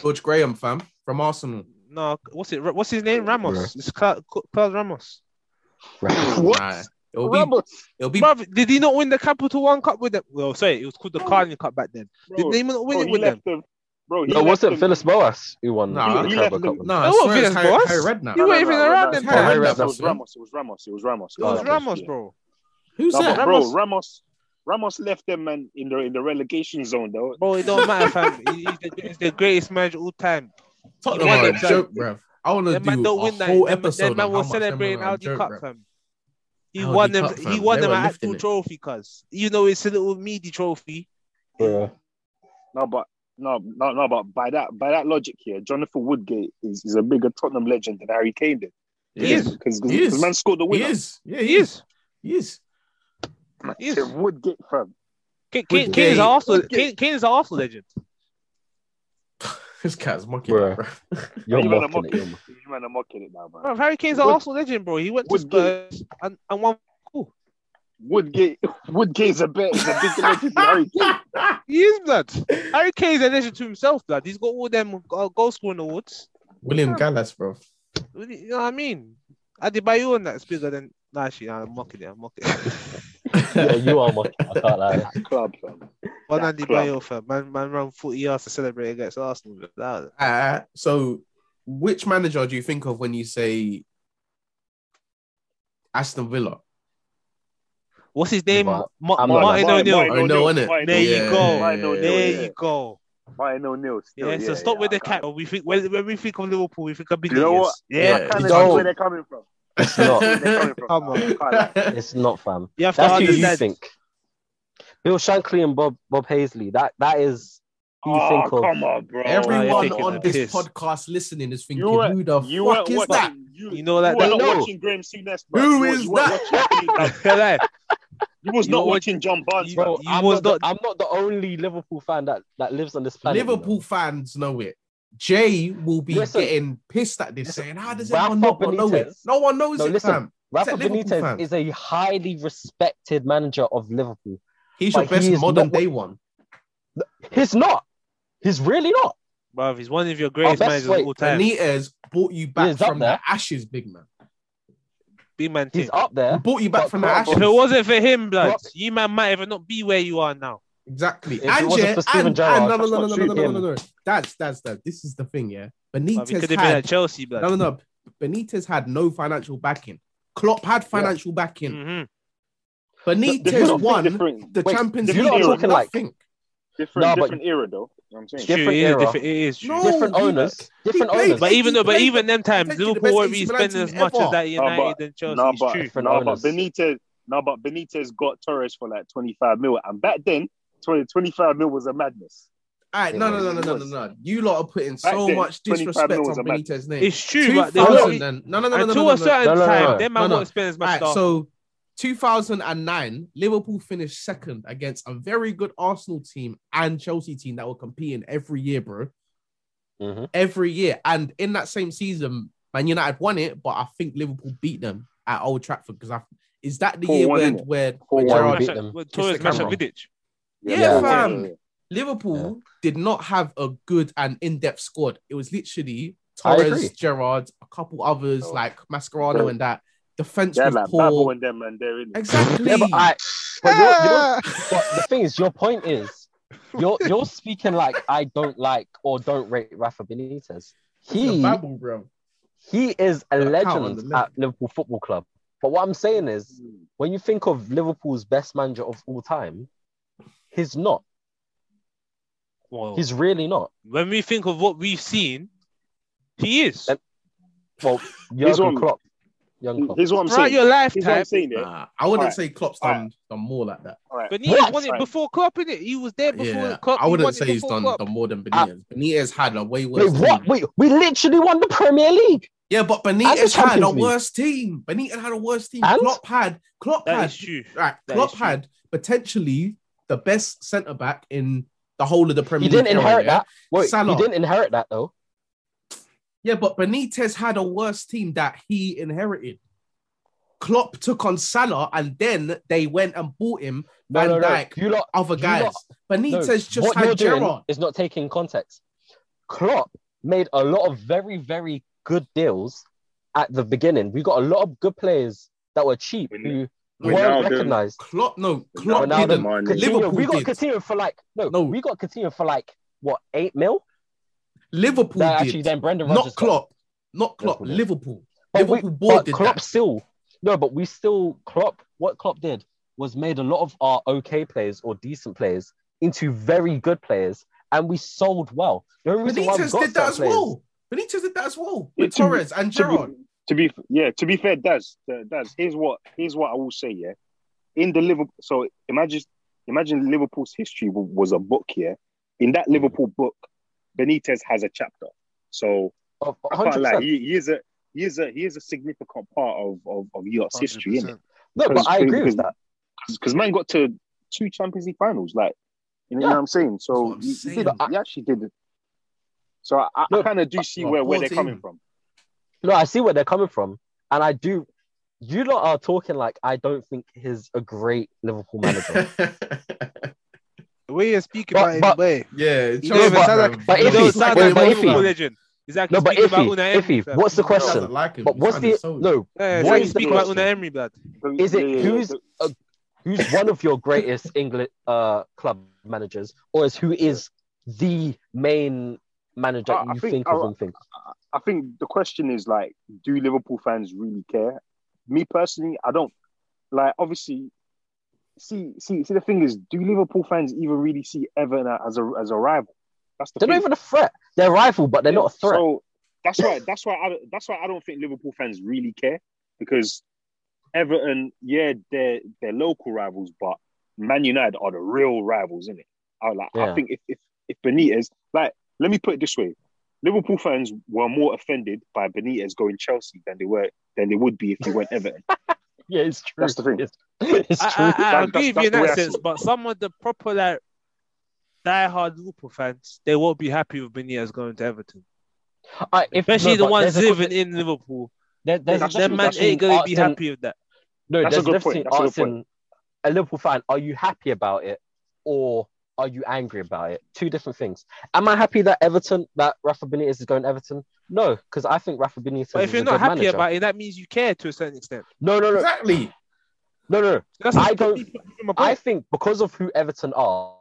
S2: George Graham, fam, from Arsenal.
S5: No, what's it? What's his name?
S1: Yeah.
S5: Ramos. It's Cla- Cla- Claude Ramos.
S3: What?
S2: Nah, it'll be,
S3: Ramos,
S2: it'll be
S5: Bruv, did he not win the Capital One Cup with them? Well, sorry, it was called the Carling Cup back then.
S3: bro.
S5: Did they not win
S3: Bro,
S5: it
S3: he
S5: with them?
S3: left them. Bro, he
S1: No,
S3: left
S1: was it
S3: them-
S1: Phyllis Boas who won
S2: Nah,
S1: the
S2: he
S1: Carabao
S3: left
S1: Cup?
S3: them-
S1: one?
S2: No, I
S5: That
S2: swear it's
S5: wasn't
S2: Harry,
S5: Boas.
S2: Harry Redknapp.
S5: You
S3: No,
S5: were
S3: no,
S5: even
S3: no,
S5: around
S3: no,
S5: them
S3: no,
S2: Oh,
S5: times.
S2: Harry
S3: Ramos,
S2: Redknapp.
S3: It was Ramos. It was Ramos. It was Ramos.
S5: It was
S1: Oh,
S5: Ramos,
S3: yeah.
S5: bro.
S2: Who's
S3: No, but
S2: that?
S3: bro,
S5: Ramos-
S3: Ramos. Ramos left them man in the in the relegation zone though.
S5: Bro, it don't matter, fam. He- He's the, he's the greatest manager all time.
S2: Tottenham
S5: You
S2: are a
S5: want to-
S2: joke, bruv. I want to
S5: That man
S2: do
S5: don't
S2: a
S5: win that.
S2: whole
S5: That man-
S2: episode.
S5: that man
S2: on
S5: was
S2: how much them
S5: celebrating
S2: are a
S5: Audi
S2: joke,
S5: Cup,
S2: bruv.
S5: fam. He
S2: Audi
S5: won them.
S2: Cup,
S5: he
S2: fam.
S5: won
S2: They
S5: them
S2: were
S5: an
S2: lifting
S5: actual
S2: it.
S5: trophy, cause you know it's a little meaty trophy.
S1: Bruh.
S3: No, but no, no, no, but by that by that logic here, Jonathan Woodgate is, is a bigger Tottenham legend than Harry Kane did.
S2: He is.
S3: because
S2: He is.
S3: the man scored the
S2: He
S3: winner.
S2: is. Yeah,
S5: He is.
S2: He is.
S5: He is.
S3: If Woodgate, fam.
S5: Kane, Kane,
S2: Woodgate-
S5: Kane is an Arsenal.
S3: Woodgate-
S5: Kane, Kane is an Arsenal legend.
S2: This cat's monkey,
S1: Bruh.
S2: bruv.
S1: You're
S3: You man are
S1: mocking it.
S3: mocking-
S1: You're mocking
S3: You man are mocking it now, man.
S5: Bro, Harry Kane's an
S3: Wood-
S5: Arsenal legend, bro. He went to
S3: Woodgate.
S5: Spurs and, and won. Cool.
S3: Woodgate, Woodgate's a bit, is a bigger legend than Harry Kane.
S5: He is blood. Harry Kane's a legend to himself, blood. He's got all them uh, goal scoring awards.
S2: William Gallas, bro.
S5: You know what I mean? Adebayo and that's bigger than. Nah, actually, nah, I'm mocking it. I'm mocking it.
S1: yeah, you are mocking. I can't lie.
S3: Club, fam.
S5: One
S3: That
S5: Adebayo, fam. Man, man ran 40 yards to celebrate against Arsenal. blood. That was-
S2: Uh, so, which manager do you think of when you say Aston Villa?
S5: What's his name?
S1: But
S5: Ma-
S1: I'm not-
S5: Martin
S3: Martin-
S5: O'Neill.
S3: Martin
S2: Or no, innit?
S3: Martin
S5: There you
S2: Yeah,
S5: go.
S2: yeah,
S3: Martin
S2: yeah,
S3: O'Neill,
S2: yeah.
S5: There you go.
S3: Martin O'Neill. Still,
S5: Yeah, so stop
S3: Oh, yeah,
S5: with the
S3: I can't-
S5: cat. We think when, when we think of Liverpool, we think of big
S3: You know
S5: leaguers.
S3: what? I
S5: Yeah,
S3: can't
S1: You
S3: understand
S1: don't.
S3: where they're coming from.
S1: It's
S3: I
S1: not.
S3: can't see where they're coming from.
S5: Come on.
S3: I can't lie.
S1: It's not, fam.
S5: You have to
S1: That's who you
S5: understand.
S1: think. Bill Shankly and Bob Bob Hazley. That that is who you think
S3: Oh,
S1: of.
S3: come on, bro.
S5: you're
S2: Everyone
S5: taking
S2: on
S5: the
S2: this
S5: piss.
S2: podcast listening is thinking,
S3: You were-
S2: who the
S3: You
S2: fuck
S3: weren't
S2: is
S3: watching.
S2: that?
S3: You,
S5: You know that.
S3: you were
S1: they
S3: not
S1: know.
S3: watching Graham Souness, bro.
S2: Who
S3: you,
S2: is
S3: you weren't
S2: that?
S3: watching Anthony Dante.
S5: that like,
S3: you was
S5: You
S3: not
S5: know what-
S3: watching John Barnes,
S5: you-
S3: bro.
S1: Bro, I'm, not
S5: was
S1: the,
S5: not-
S1: I'm not the only Liverpool fan that, that lives on this planet. you know.
S2: Liverpool fans know it. Jay will be
S1: Listen.
S2: getting pissed at this,
S1: Listen.
S2: saying, "How does
S1: Rafa
S2: anyone not know it?
S1: Benitez.
S2: No one knows
S1: No,
S2: it,
S1: listen.
S2: fam.
S1: Rafa
S2: Except Liverpool
S1: Benitez
S2: fan.
S1: is a highly respected manager of Liverpool.
S2: He's
S1: But
S2: your best
S1: he is
S2: modern
S1: not-
S2: day one.
S1: He's not. He's really not.
S5: Bruv, he's one of your greatest
S1: best
S5: managers of
S1: wait,
S5: all time.
S2: Benitez brought you back
S1: He's up
S2: from the
S1: there.
S2: ashes, big man.
S5: Big man
S1: He's
S5: thing.
S1: up
S2: He
S1: there.
S2: brought you back
S1: But
S2: from the
S1: come on,
S2: ashes.
S5: If it wasn't for him, blood,
S1: Rock-
S5: you man might even not be where you are now.
S2: Exactly.
S1: If it
S2: And
S1: wasn't
S2: yeah,
S1: for Steven
S2: and,
S1: Gerrard,
S2: and no, no,
S1: that's
S2: no,
S1: what
S2: no, no, no, no,
S1: suited
S2: no, no, no. That's that's that. This is the thing, yeah.
S5: Bruv, he
S2: Benitez
S5: could have been at
S2: had
S5: Chelsea, blood.
S2: no, no, no. Benitez had no financial backing. Klopp had financial
S1: Mm.
S2: backing.
S5: Mhm.
S2: Benitez
S3: Different,
S2: won
S3: different,
S2: the
S1: Wait,
S2: Champions
S3: you
S2: League.
S3: lot are
S2: with
S1: talking like-
S2: nothing.
S3: different,
S1: Nah, but-
S3: different era, though. You know what I'm saying.
S5: It's true,
S1: Different
S5: it is
S1: era.
S5: different. It is true.
S2: No,
S1: different
S2: he-
S1: owners. Different
S2: played-
S1: owners.
S5: But even though, but
S2: He
S5: even them times,
S2: potentially the
S5: Liverpool
S2: best
S5: won't be
S2: AC Milan
S5: spending
S2: team
S5: as much
S2: ever.
S5: as that
S3: Nah,
S5: United
S3: but-
S5: and Chelsea.
S3: No,
S5: it's
S3: but,
S5: true.
S1: Different
S3: no, but
S1: owners.
S3: Benitez, no, but Benitez got Torres for like 25 mil, and back then, 20, 25 mil was a madness.
S2: All right, no, no, no, no, no, no, no. You lot are putting so
S3: Back then,
S2: much
S3: 25
S2: disrespect on
S3: mil was a man.
S2: Benitez's name.
S5: It's true, but they won't
S2: 2000
S5: be,
S2: then. No, no, no, no,
S5: and
S2: no,
S5: to
S2: no, no,
S5: a certain
S1: No, no, no,
S5: time,
S1: no.
S5: them man
S2: No, no.
S5: won't spend as much.
S2: All right,
S5: stuff.
S2: so 2009, Liverpool finished second against a very good Arsenal team and Chelsea team that were competing every year, bro.
S1: Mhm.
S2: Every year. And in that same season, Man United won it, but I think Liverpool beat them at Old Trafford because I is that the
S3: Four
S2: year
S3: one,
S2: where,
S3: innit?
S2: where,
S3: Four
S1: one,
S2: where
S1: we
S2: Gerrard
S1: beat
S5: Match-
S1: them.
S5: well,
S2: the
S5: Torres match up
S2: camera.
S5: Vidic.
S2: Yeah,
S3: yeah,
S2: fam.
S3: yeah, yeah.
S2: Liverpool did not have a good and in-depth squad. It was literally
S1: I agree.
S2: Torres, Gerrard, a couple others
S3: Oh.
S2: like Mascherano
S3: Bro.
S2: and that. Defense
S3: Yeah,
S2: was
S3: like Babel
S2: poor.
S3: and them, and they're in.
S2: Exactly.
S1: Yeah, but, I, but, you're, you're, but the thing is, your point is, you're you're speaking like I don't like or don't rate Rafa Benitez. He
S2: Babel, bro.
S1: he is a
S2: Look, I can't
S1: legend
S2: understand.
S1: at Liverpool Football Club. But what I'm saying is, when you think of Liverpool's best manager of all time, he's not.
S5: Well,
S1: He's really not.
S5: when we think of what we've seen, he is.
S1: And- Well, Jurgen
S3: one-
S1: Klopp. Young Klopp.
S3: Here's what I'm
S5: Throughout
S3: saying.
S5: your
S3: Here's what I'm
S5: lifetime,
S3: saying. Yeah.
S2: Nah, I wouldn't
S3: Alright.
S2: say Klopp's done, done more like that.
S3: All right.
S5: Benitez won it
S3: Right.
S5: before Klopp, innit? He was there before
S2: yeah,
S5: Klopp.
S2: I
S5: He won
S2: wouldn't
S5: it
S2: say he's
S5: before
S2: done,
S5: Klopp.
S2: done more than Benitez.
S1: Ah.
S2: Benitez had a way worse.
S1: Wait, what?
S2: Team.
S1: Wait, we literally won the Premier League.
S2: Yeah, but
S1: And the
S2: Benitez had a
S1: Champions League.
S2: worse team. Benitez had a worse team.
S1: And?
S2: Klopp had Klopp
S5: That
S2: had
S5: is true.
S2: right,
S5: That
S2: Klopp
S5: is true.
S2: had potentially the best centre back in the whole of the Premier
S1: He
S2: League.
S1: didn't
S2: era,
S1: inherit
S2: yeah?
S1: that. Wait,
S2: Salah.
S1: he didn't inherit that though.
S2: Yeah, but Benitez had a worse team that he inherited. Klopp took on Salah, and then they went and bought him
S1: No,
S2: Van
S1: no, no.
S2: Dijk,
S1: You lot,
S2: other
S1: you
S2: guys.
S1: lot- no.
S2: Benitez just
S1: what you're
S2: had
S1: doing
S2: Gerrard.
S1: is not taking context. Klopp made a lot of very, very good deals at the beginning. We got a lot of good players that were cheap
S3: We-
S1: who
S2: we
S1: weren't
S3: now do.
S1: recognised.
S2: Klopp, no, Klopp
S1: now
S2: didn't.
S3: man,
S1: Coutinho-
S2: Liverpool
S1: we got
S2: did.
S1: Coutinho for like no,
S2: No.
S1: we got Coutinho for like what eight mil?
S2: Liverpool
S1: No,
S2: did.
S1: actually, then Brendan
S2: not
S1: Rodgers. got-
S2: Klopp. Not Klopp.
S1: Liverpool did.
S2: Liverpool.
S1: But, we,
S2: Liverpool board
S1: but
S2: did
S1: Klopp
S2: that.
S1: still no, but we still Klopp. What Klopp did was made a lot of our okay players or decent players into very good players, and we sold well. The only reason why we
S2: Benitez
S1: got
S2: did that
S1: certain
S2: as
S1: players,
S2: well. Benitez did that as well
S3: Yeah,
S2: with
S3: to be-
S2: Torres and
S3: to be-
S2: Gerrard.
S3: to be yeah, to be fair, Daz, uh, Daz, here's what here's what I will say, yeah. In the Liverpool, so imagine imagine Liverpool's history w- was a book, yeah. In that Liverpool book, Benitez has a chapter. So
S1: of
S3: I can't lie,
S1: 100%.
S3: he, he is a he is a he is a significant part of of, of Europe's history, is
S4: 100%.
S1: No, but I agree with that.
S3: because man got to two Champions League finals, like you know
S1: Yeah.
S3: what I'm saying. So
S2: That's what I'm
S3: he, he
S2: saying.
S3: did,
S1: But I-
S3: he actually did. it. So I, I,
S1: No,
S3: kind of do see
S2: well,
S3: where, where
S2: poor
S3: they're
S2: team.
S3: coming from.
S1: No, I see where they're coming from, and I do. You lot are talking like I don't think he's a great Liverpool manager.
S4: The way you're speaking
S1: But-
S4: about him,
S1: but-
S4: way.
S2: Yeah,
S4: He
S2: Gerrard
S4: don't
S2: sound
S4: sound like-
S1: But
S5: He
S1: if
S5: don't
S1: he-
S5: sound
S1: but-
S5: like
S1: but
S5: a
S1: if he-
S5: football legend. Exactly.
S1: no, but
S5: speaking
S1: if
S5: about
S1: he,
S5: Unai
S1: if
S5: Emery,
S1: he,
S5: fam.
S1: what's the
S2: doesn't
S1: question?
S2: like him.
S1: But
S2: He
S1: what's
S2: sounded
S1: the
S2: so-
S1: no?
S5: Yeah,
S1: What
S5: so you
S1: is the
S5: speak about
S1: question?
S5: Unai Emery, blood.
S1: Is it
S3: Yeah, yeah, yeah.
S1: who's uh, who's one of your greatest England uh, club managers, or is who is the main manager
S3: I- I
S1: you
S3: think-
S1: think
S3: I-
S1: of and think? of?
S3: I think the question is like, do Liverpool fans really care? Me personally, I don't like. Obviously, see, see, see. The thing is, do Liverpool fans even really see Everton as a as a rival? That's the
S1: They're
S3: thing.
S1: not even a threat. They're a rival, but they're not a threat.
S3: So that's why that's why I that's why I don't think Liverpool fans really care because Everton, yeah, they're they're local rivals, but Man United are the real rivals, isn't it? I like
S1: Yeah.
S3: I think if, if if Benitez like let me put it this way. Liverpool fans were more offended by Benitez going Chelsea than they were than they would be if he went Everton.
S1: yeah, it's true.
S3: That's the thing.
S1: It's, it's true.
S5: I, I,
S3: That's-
S5: I agree
S3: that's
S5: with you
S3: the
S5: in
S3: way
S5: that
S3: I see
S5: sense,
S3: it.
S5: but some of the proper like diehard Liverpool fans, they won't be happy with Benitez going to Everton,
S1: I, if,
S5: especially
S1: no,
S5: the
S1: but
S5: ones
S1: there's a-
S5: living in Liverpool.
S1: there- there's,
S3: That's
S1: there's,
S3: true,
S5: Their man
S3: that's
S1: between
S5: ain't gonna be
S1: arts and-
S5: happy with that.
S1: No,
S3: That's a
S1: there's
S3: good
S1: a
S3: point.
S1: difference
S3: That's a
S1: between
S3: good
S1: arts and a Liverpool fan. Are you happy about it, or are you angry about it? Two different things. Am I happy that Everton, that Rafa Benitez is going to Everton? No, because I think Rafa Benitez.
S5: But
S1: is
S5: if you're
S1: a
S5: not
S1: good
S5: happy
S1: manager.
S5: about it, that means you care to a certain extent.
S1: no, no, no,
S2: Exactly.
S1: no, no, no.
S5: That's
S1: I don't-
S5: My
S1: I
S5: point.
S1: think because of who Everton are,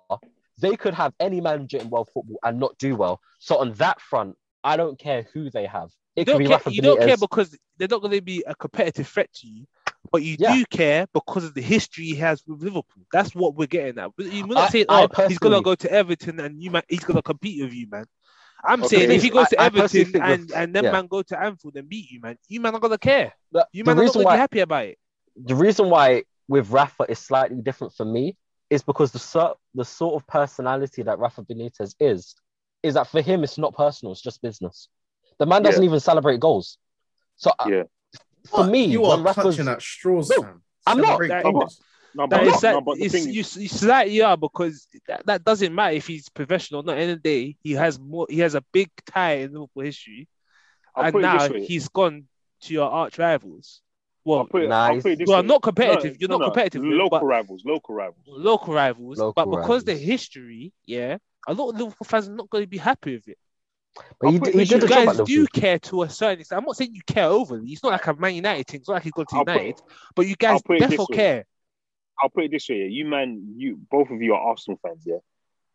S1: they could have any manager in world football and not do well. So on that front, I don't care who they have. It
S5: You
S1: could
S5: don't,
S1: be
S5: care,
S1: Rafa
S5: you don't
S1: Benitez.
S5: care because they're not going to be a competitive threat to you, but you
S1: Yeah.
S5: do care because of the history he has with Liverpool. That's what we're getting at. We're we're
S1: I-
S5: not saying,
S1: I
S5: oh, he's going
S1: personally-
S5: to go to Everton and you man, he's going to compete with you, man. I'm
S3: Okay.
S5: saying if he
S1: The thing
S5: goes
S1: is,
S5: to
S1: I- I personally
S5: Everton
S1: think with-
S5: and, and then
S1: yeah.
S5: man go to Anfield and beat you, man, you man are going to care.
S1: But
S5: You
S1: the
S5: man are not
S1: reason
S5: going to be
S1: why
S5: happy about it.
S1: the reason why with Rafa is slightly different for me is because the sort the sort of personality that Rafa Benitez is is that for him it's not personal, it's just business. The man doesn't even celebrate goals. So I-
S3: Yeah.
S1: for me,
S2: you
S1: when
S2: are
S1: Rafa's-
S2: clutching at straws.
S1: No,
S2: fam.
S1: I'm not.
S2: Celebrate
S5: That-
S2: goals.
S3: No, but,
S5: That
S3: no,
S5: is that,
S3: no, but the
S5: it's,
S3: thing
S5: you, you slightly yeah, because that, that doesn't matter if he's professional. Not end of the day, he has more. He has a big tie in Liverpool history.
S3: I'll
S5: and
S3: put it
S5: now
S3: this way.
S5: he's gone to your arch rivals.
S3: I'll
S5: Well,
S3: put it,
S1: Nah,
S3: I'll
S1: he's-
S3: put it this
S5: you are
S3: way.
S5: not competitive.
S3: No,
S5: You're
S3: no,
S5: not
S3: no.
S5: competitive. with,
S3: Local
S5: but
S3: rivals, local rivals.
S5: local rivals.
S1: Local
S5: but because the
S1: rivals.
S5: history, yeah, a lot of Liverpool fans are not going to be happy with it.
S1: but he,
S3: I'll put it
S1: he
S3: this
S1: did
S5: you
S1: a job at
S5: guys do
S1: Liverpool.
S5: care to a certain extent. I'm not saying you care overly. It's not like a Man United thing. It's not like he's gone to
S3: I'll put-
S5: United. But you guys
S3: I'll put it this
S5: definitely
S3: way.
S5: care.
S3: I'll put it this way: yeah. you man, you both of you are Arsenal fans, yeah.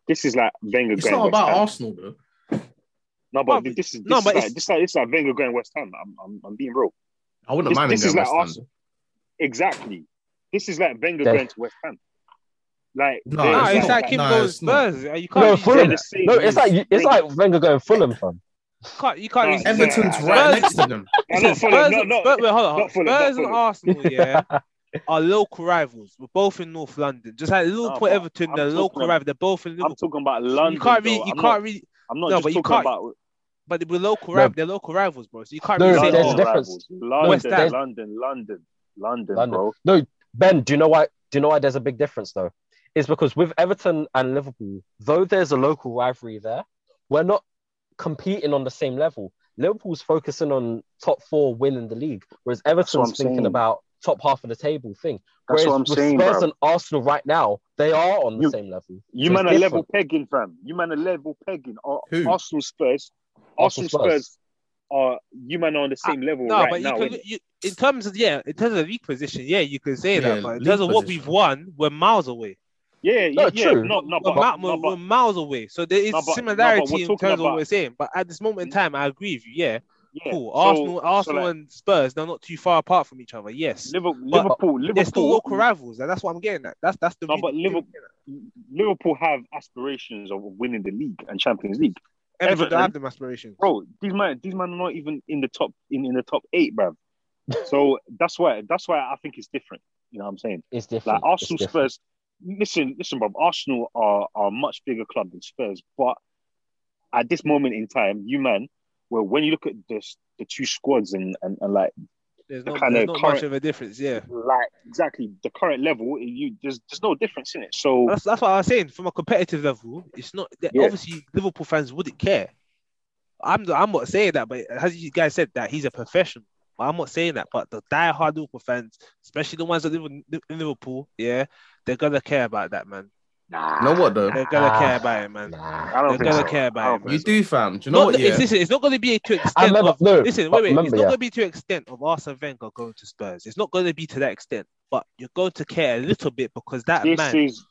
S3: This is like Wenger
S2: It's
S3: going
S2: not
S3: West
S2: about
S3: Ham.
S2: Arsenal, though.
S3: No, but
S5: Well,
S3: this is this
S5: no,
S3: is
S5: but
S3: like
S5: it's-
S3: this is like, this is like Wenger going West Ham. I'm I'm, I'm being real.
S2: I wouldn't
S3: This-
S2: mind him
S3: this is
S2: going
S3: like
S2: West Ham.
S3: Arsenal. Exactly. This is like Wenger
S1: Yeah.
S3: going to West Ham. Like
S2: No,
S3: they're
S5: Nah,
S2: it's
S5: Ah, it's
S2: not.
S5: like him
S2: Nah,
S5: going
S2: it's not.
S5: Spurs. You can't,
S1: No,
S5: use
S3: they're
S1: Fulham.
S3: the
S5: that.
S3: same
S1: No, it's like it's
S3: Wenger.
S1: like Wenger going Fulham, fam.
S5: You can't, you can't
S3: Nah,
S5: use
S3: Everton-
S2: Everton's
S3: Yeah,
S2: right
S5: Spurs-
S2: next to them.
S3: No,
S5: Listen,
S3: not Fulham. No,
S5: Spurs-
S3: no.
S5: Spurs- wait, hold on.
S3: not Fulham, not
S5: Spurs and
S3: Fulham.
S5: Arsenal, yeah, are local rivals. We're both in North London. Just like Liverpool,
S3: but
S5: Everton,
S3: I'm
S5: they're
S3: talking
S5: local
S3: about-
S5: rivals. They're both in
S3: I'm
S5: Liverpool.
S3: talking about London.
S5: you can't really,
S3: though. I'm
S5: you can't
S3: not,
S5: really,
S3: I'm not
S5: No,
S3: just
S5: but you
S3: talking
S5: can't-
S3: about
S5: but we're
S1: No.
S5: local rivals. They're local rivals, bro. So you can't
S1: No,
S5: really say,
S1: there's
S5: oh,
S1: a
S3: London
S1: difference.
S3: rivals.
S5: West
S3: London,
S5: Ham.
S3: London, London, London,
S1: London.
S3: bro.
S1: No, Ben, do you know why? Do you know why there's a big difference though? It's because with Everton and Liverpool, though there's a local rivalry there, we're not competing on the same level. Liverpool's focusing on top four winning the league, whereas
S3: what I'm
S1: Everton's thinking
S3: saying.
S1: about top half of the table thing.
S3: That's
S1: whereas
S3: what I'm
S1: with
S3: saying,
S1: Spurs
S3: bro.
S1: and Arsenal right now, they are on the
S3: You-
S1: same level.
S3: You
S1: So
S3: man
S1: it's
S3: a level
S1: different.
S3: pegging, fam. You man a level pegging. Or
S2: Who?
S3: Arsenal Spurs. Arsenal
S1: Arsenal
S3: Spurs. are you man are on the same level
S5: no,
S3: right
S5: Ah, but you
S3: now.
S5: can,
S3: innit?
S5: you, in terms of yeah, in terms of league position, yeah, you can say
S2: Yeah,
S5: that. But in
S2: league
S5: terms of what
S2: position.
S5: we've won, we're miles away.
S3: Yeah,
S1: No,
S3: yeah, yeah.
S1: true.
S3: No, no,
S5: we're,
S3: but,
S5: ma-
S3: no,
S5: we're- we're
S3: but
S5: miles away. So there is
S3: No, but- no, but
S5: similarity
S3: we're
S5: in
S3: talking
S5: terms of what
S3: about- Mm.
S5: we're saying. But at this moment in time, I agree with you. Yeah,
S3: Yeah.
S5: Cool.
S3: So-
S5: Arsenal,
S3: so,
S5: Arsenal,
S3: like,
S5: and Spurs, they're not too far apart from each other. Yes,
S3: Liverpool,
S5: but
S3: Liverpool,
S5: they're still
S3: Liverpool,
S5: local rivals, and that's what I'm getting at. That's that's the.
S3: No, but
S5: reason I'm
S3: Liverpool-
S5: getting at.
S3: Liverpool have aspirations of winning the league and Champions League.
S5: Everton don't
S3: Everton-
S5: have them aspirations.
S3: bro, these man, these man are not even in the top in, in the top eight, bruv. So that's why that's why I think it's different. You know what I'm saying?
S1: It's different.
S3: Like Arsenal,
S1: It's different.
S3: Spurs. Listen, listen, bruv. Arsenal are are a much bigger club than Spurs, but at this moment in time, you man, well, when you look at this, the two squads and and, and like
S5: There's
S3: the
S5: not,
S3: kind
S5: there's
S3: of
S5: not much
S3: current-
S5: of a difference. Yeah,
S3: like exactly the current level, you there's there's no difference in it. So
S5: that's that's what I was saying. From a competitive level, it's not. that
S3: Yeah.
S5: Obviously, Liverpool fans wouldn't care. I'm I'm not saying that, but as you guys said, that he's a professional. But I'm not saying that. But the die-hard Liverpool fans, especially the ones that live in in Liverpool, yeah, they're gonna care about that, man.
S3: nah,
S2: You know what though?
S5: They're gonna
S1: Ah.
S5: care about it, man.
S1: Nah.
S3: I
S5: They're
S3: don't think
S5: gonna
S3: so.
S5: care about it,
S3: don't
S5: man.
S2: You do, fam. Do you know
S5: Not-
S2: what? Yeah.
S5: it's, listen, it's not going to be to
S1: I
S5: extent
S1: remember,
S5: of
S1: no,
S5: listen.
S1: but
S5: Wait, wait. it's
S1: remember,
S5: not
S1: yeah.
S5: going to be to extent of Arsene Wenger going to Spurs. It's not going to be to that extent. But you're going to care a little bit because that
S3: This
S5: man
S3: is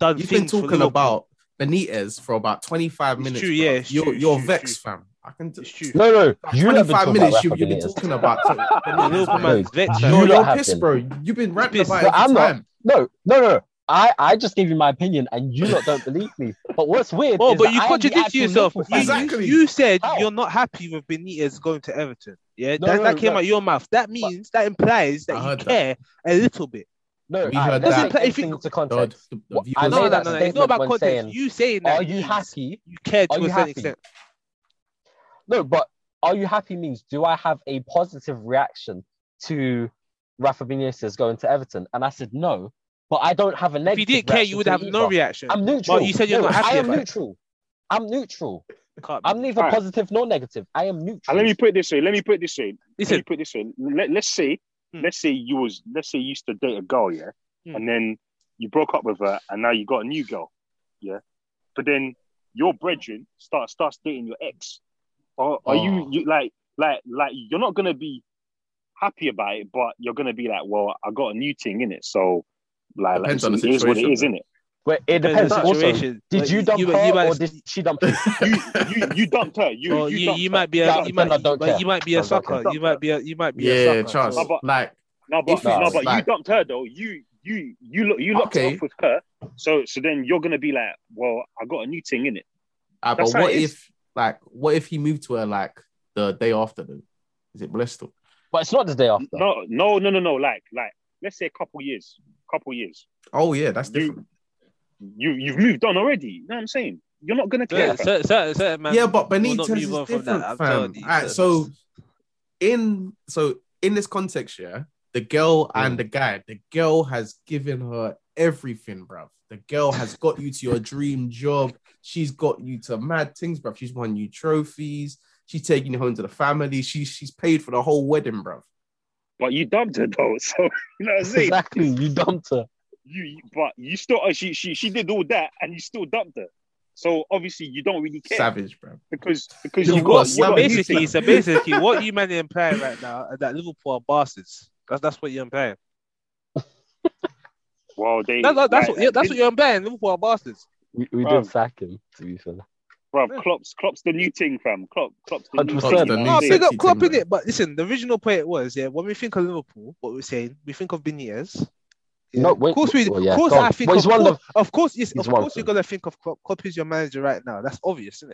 S5: done
S2: You've been
S5: things for
S2: talking
S5: Liverpool.
S2: about Benitez for about 25
S5: It's
S2: minutes.
S5: true,
S2: bruv.
S5: yeah, it's
S2: you're
S5: true, it's
S2: you're
S5: true,
S2: vexed, fam. I can t-
S5: It's true.
S1: No, no, you have been
S2: 25
S1: talking
S2: minutes
S1: about
S2: you,
S1: that for
S2: you've been
S1: years.
S2: talking about
S5: The Liverpool
S2: Benitez, man.
S5: man's vexed,
S1: No,
S5: man.
S2: You're,
S1: You lot
S2: you're
S1: have
S2: pissed,
S1: been.
S2: bro. You've been ranting
S5: pissed.
S2: about it
S1: No,
S2: every
S1: I'm not.
S2: time.
S1: No, no, no. I, I just gave you my opinion, and you lot don't believe me. But what's weird?
S5: Oh,
S1: is
S5: but
S1: that
S5: you
S1: I am the
S5: contradict
S1: actual
S5: yourself. You,
S1: Liverpool fan.
S2: Exactly.
S5: you said
S1: How?
S5: you're not happy with Benitez going to Everton. Yeah,
S1: No,
S5: that, that
S1: no,
S5: came
S1: no.
S5: out your mouth. That means that implies that
S2: I
S5: you
S2: heard that.
S5: care a little bit.
S1: No,
S2: We
S1: I, let's
S2: heard that.
S1: take
S5: Doesn't- if
S1: everything
S5: you-
S1: into
S2: No,
S1: context.
S2: the, the
S1: What-
S2: view
S1: I
S2: is
S1: made
S5: No, no,
S1: that
S5: no, no. It's not about
S1: statement when
S5: context.
S1: saying,
S5: you saying that
S1: Are you
S5: means
S1: happy?
S5: You care
S1: Are
S5: to
S1: you
S5: a certain
S1: happy?
S5: extent.
S1: No, but are you happy means do I have a positive reaction to Rafa Benitez going to Everton? And I said no, but I don't have a
S5: If
S1: negative.
S5: you didn't care,
S1: reaction
S5: you would
S1: to
S5: have
S1: it
S5: no
S1: either.
S5: reaction.
S1: I'm neutral.
S5: But you said you're
S1: No,
S5: not happy
S1: I am
S5: about it.
S1: neutral. I'm neutral.
S5: Can't be.
S1: I'm neither
S3: Alright.
S1: positive nor negative. I am neutral.
S3: And let me put it this way. Let me put it this way. Let
S5: Listen,
S3: me put it this way. Let, let's say,
S5: Hmm.
S3: let's say you was, let's say you used to date a girl, yeah,
S5: Hmm.
S3: and then you broke up with her, and now you got a new girl, yeah. But then your brethren start starts dating your ex. Or are you,
S1: Oh.
S3: you like like like you're not gonna be happy about it, but you're gonna be like, well, I got a new thing in it, so like, like
S2: Depends on the
S3: it is what it is,
S2: situation,
S3: in it.
S1: Wait, it
S5: depends
S1: depends.
S5: on the
S1: Also,
S5: situation.
S1: did
S5: Like,
S1: you dump
S5: you,
S1: her
S5: you
S1: or
S5: might,
S1: did she dump you?
S3: You you dumped her. You
S5: or
S3: you,
S5: you,
S3: dumped
S5: you
S3: her.
S5: might be
S1: Dump
S5: a you
S1: her,
S5: might,
S1: I don't
S5: but
S1: care.
S5: you might be a
S1: I don't care.
S5: sucker. You might be a you might be
S2: Yeah,
S5: a sucker.
S2: chance.
S5: So,
S3: But-
S2: Like,
S3: No, but
S2: If
S3: no,
S1: it's
S3: but you
S2: like-
S3: dumped her though. You you you lo- you locked
S2: Okay.
S3: off with her. So so then you're gonna be like, well, I got a new thing in it.
S2: ah, but
S3: That's how
S2: what
S3: it is.
S2: if, like, what if he moved to her like the day after? Then is it Bristol?
S1: But it's not the day after.
S3: No, no, no, no, no. Like like let's say a couple years, couple years.
S2: Oh yeah, that's
S3: You-
S2: different.
S3: You you've moved on already. You know what I'm saying? You're not gonna care.
S5: yeah, certain, certain, certain man.
S2: yeah, but
S5: will not
S2: Benitez
S5: move on
S2: is
S5: from
S2: different,
S5: that. I'm
S2: fam.
S5: telling you,
S2: All right,
S5: it's-
S2: so in so in this context, yeah, the girl and the guy, the girl has given her everything, bruv. The girl has got you to your dream job. She's got you to mad things, bruv. She's won you trophies. She's taking you home to the family. She, she's paid for the whole wedding, bruv.
S3: But you dumped her though. So you know what I'm saying?
S1: Exactly, you dumped her.
S3: You you- but you still uh, she she she did all that and you still dumped her. So obviously you don't really care
S2: Savage, bruv.
S3: because because
S2: You're
S3: you
S2: what,
S3: got, you got a new
S5: basically,
S3: thing.
S5: so basically, what you man imply right now is that Liverpool are bastards. That's that's what you're implying.
S3: Well, they
S5: That's that's
S3: like,
S5: what yeah, that's
S3: this-
S5: what you're implying. Liverpool are bastards.
S1: We, we
S3: Bruv.
S1: did sack him, to be fair.
S3: Bruv, Klopp's Klopp's the new thing, fam. Klopp Klopp's the new
S1: 100%.
S3: thing.
S1: The
S3: you know
S2: new
S3: what
S5: No,
S3: I'm
S2: thing.
S3: saying?
S5: big up
S2: City
S5: Klopp
S2: thing,
S5: in it, but listen, the original point was yeah. When we think of Liverpool, what we're saying, we think of Benitez. Yeah.
S1: No,
S5: of
S1: wait-
S5: course we.
S1: well, yeah,
S5: of course
S1: Klopp.
S5: I think.
S1: Well,
S5: of,
S1: he's one
S5: course,
S1: of
S5: of course, yes,
S1: he's
S5: of
S1: one
S5: course
S1: of
S5: you're
S1: them.
S5: gonna think of Klopp. Klopp is your manager right now. That's obvious, isn't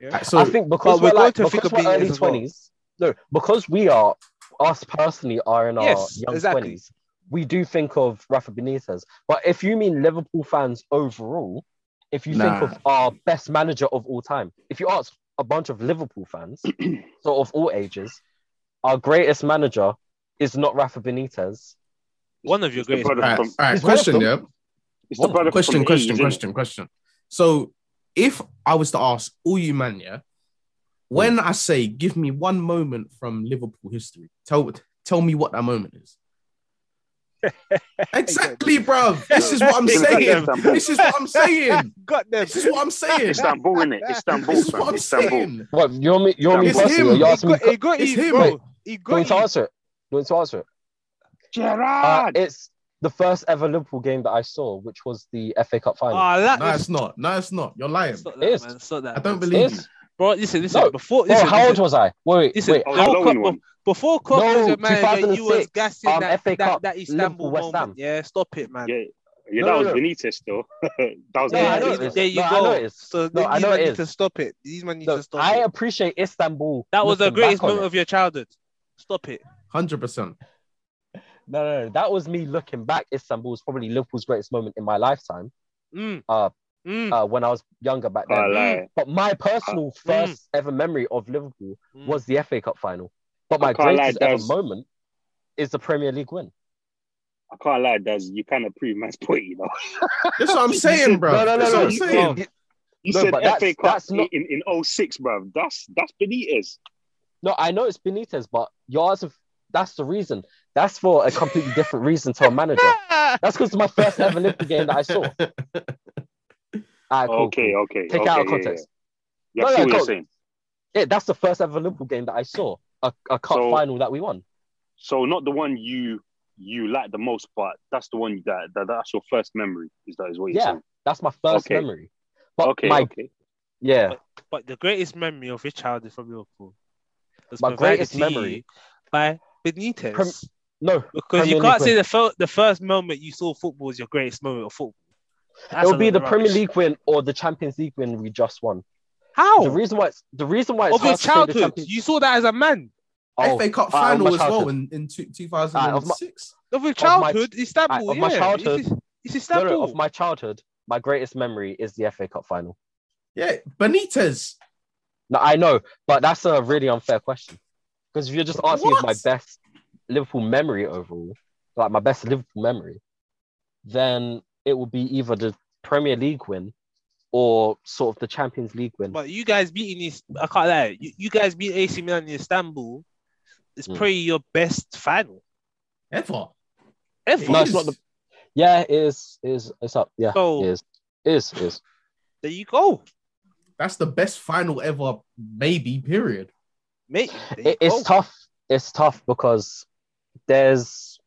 S5: it?
S2: Alright, so
S1: I think because
S5: But we're
S1: we're, like,
S5: going to think
S1: because
S5: of
S1: we're
S5: being
S1: early
S5: as well.
S1: twenties. No, because we are us personally are in our
S5: Yes,
S1: young
S5: exactly.
S1: twenties. We do think of Rafa Benitez, but if you mean Liverpool fans overall, if you
S2: Nah.
S1: think of our best manager of all time, if you ask a bunch of Liverpool fans, so of all ages, our greatest manager is not Rafa Benitez.
S5: One of your
S3: It's the
S5: greatest.
S3: brother
S2: All right,
S3: from-
S2: all right
S1: He's one of
S2: question,
S1: them.
S2: yeah.
S3: it's the brother from
S2: question,
S3: Hayes,
S2: question,
S3: isn't it?
S2: question, question. So, if I was to ask all you man, yeah, when
S3: Hmm.
S2: I say give me one moment from Liverpool history, tell tell me what that moment is. exactly, bruv. This is what I'm saying.
S3: Istanbul.
S2: This is what I'm saying.
S5: Got them.
S2: This is what I'm saying.
S3: Istanbul, innit? Istanbul,
S2: This is
S3: fam.
S2: what I'm
S3: Istanbul.
S2: saying.
S1: What you want me? You want me
S2: It's
S1: personally? or
S2: him.
S1: You
S5: He
S1: ask me.
S5: got, he got
S2: it's
S5: you,
S2: him,
S5: bro. He
S1: Do you want
S5: got
S1: to
S5: you.
S1: answer it? Do you want to answer it? Uh,
S3: Gerard.
S1: it's the first ever Liverpool game that I saw, which was the FA Cup final.
S5: Ah, that
S2: No,
S5: was-
S2: it's not. No, it's not. You're lying.
S5: Stop
S1: It
S5: that,
S1: is.
S5: man. Stop that.
S2: I don't
S5: man.
S2: believe you.
S1: It's-
S5: Bro, listen, listen.
S1: No,
S5: Before,
S1: Bro,
S5: listen,
S1: how old
S5: listen,
S1: was I? Wait, wait,
S5: listen,
S1: wait.
S3: Oh,
S5: how
S3: the
S5: come-
S3: Lowen one.
S5: before Klopp
S1: No,
S5: was your manager, you was
S1: 2006,
S5: gassing
S1: um,
S5: that,
S1: FA
S5: that,
S1: Cup,
S5: that Istanbul
S1: Liverpool, West
S5: moment.
S1: Ham.
S5: Yeah, stop it, man.
S3: Yeah, yeah,
S1: No,
S3: that
S1: no,
S3: was
S1: no.
S3: Benitez though. that was
S1: No,
S5: Yeah,
S1: I know
S5: there-
S1: it is.
S5: there you
S1: No, I
S5: go.
S1: know it is.
S5: So
S1: No,
S5: these
S1: I know
S5: man
S1: it
S5: need to
S1: is.
S5: stop it. These man need
S1: Look,
S5: to stop
S1: I
S5: it.
S1: appreciate Istanbul.
S5: That was the
S1: looking back
S5: greatest
S1: on
S5: moment
S1: it.
S5: of your childhood. Stop it.
S2: Hundred percent.
S1: No, no, no, that was me looking back. Istanbul was probably Liverpool's greatest moment in my lifetime
S5: Mm.
S1: Uh,
S5: Mm.
S1: uh, when I was younger back then.
S5: Uh,
S3: Can't lie.
S1: But my personal
S5: hmm.
S1: first ever memory of Liverpool
S5: Mm.
S1: was the FA Cup final. But my
S3: I can't lie,
S1: greatest ever
S3: Daz.
S1: moment is the Premier League win.
S3: I can't lie, Daz. You kind of prove man's point, you know.
S2: That's what I'm saying, bro.
S1: No, no, no,
S2: That's
S1: no.
S2: what I'm saying.
S1: You-
S3: You
S1: No,
S3: said
S1: but
S3: FA
S1: that's-
S3: Cup
S1: that's not-
S3: in, in 06, bro. That's that's Benitez.
S1: No, I know it's Benitez, but yours of that's the reason. That's for a completely different reason to a manager. That's because it's my first ever Liverpool game that I saw. All right, Ah, cool,
S3: okay,
S1: cool.
S3: okay.
S1: Take it
S3: okay,
S1: out of
S3: yeah,
S1: context.
S3: Yeah,
S1: No, no,
S3: yeah. I see what
S1: go-
S3: you're saying.
S1: Yeah, that's the first ever Liverpool game that I saw. A, a cup
S3: So-
S1: final that we won.
S3: So not the one you you like the most, but that's the one that, that that's your first memory. Is that is what you're
S1: Yeah.
S3: saying?
S1: That's my first
S3: Okay.
S1: memory. But
S3: okay,
S1: my
S3: okay.
S1: yeah,
S5: But the greatest memory of your childhood from Liverpool was
S1: My
S5: provided
S1: greatest
S5: to you
S1: memory-
S5: by Benitez.
S1: Prem- no,
S5: because
S1: Premier
S5: you can't
S1: League
S5: say
S1: win.
S5: the, fir- the first moment you saw football is your greatest moment of football. That's
S1: it'll
S5: a
S1: be
S5: load
S1: the
S5: of
S1: Premier
S5: rubbish.
S1: League win or the Champions League win we just won. The
S5: How?
S1: reason why it's the reason why it's
S5: Oh. Of your
S1: hard to say the
S5: childhood.
S1: Champions-
S5: You saw that as a man.
S1: Oh,
S2: FA Cup
S1: all right, of
S2: final
S1: my
S2: as well
S1: childhood.
S2: in, in two, 2006.
S5: Of your
S1: my-
S5: childhood, Istanbul.
S1: of my
S5: yeah.
S1: childhood.
S5: It's, it's
S1: No,
S5: Istanbul.
S1: no, of my childhood, my greatest memory is the FA Cup final.
S2: yeah, Benitez.
S1: No, I know, but that's a really unfair question. Because if you're just asking if my
S2: What?
S1: best Liverpool memory overall, like my best Liverpool memory, then it would be either the Premier League win or sort of the Champions League win.
S5: But you guys beating this, I can't lie. You, you guys beat AC Milan in Istanbul. It's
S1: Mm.
S5: probably your best final
S2: Ever.
S5: ever.
S1: No, it's not the- Yeah, it is, it is, it's up. Yeah,
S5: So-
S1: it is, it is, it is.
S5: There you go,
S2: That's the best final ever, maybe, period.
S5: mate. There you
S1: It, it's
S5: go.
S1: tough. It's tough because there's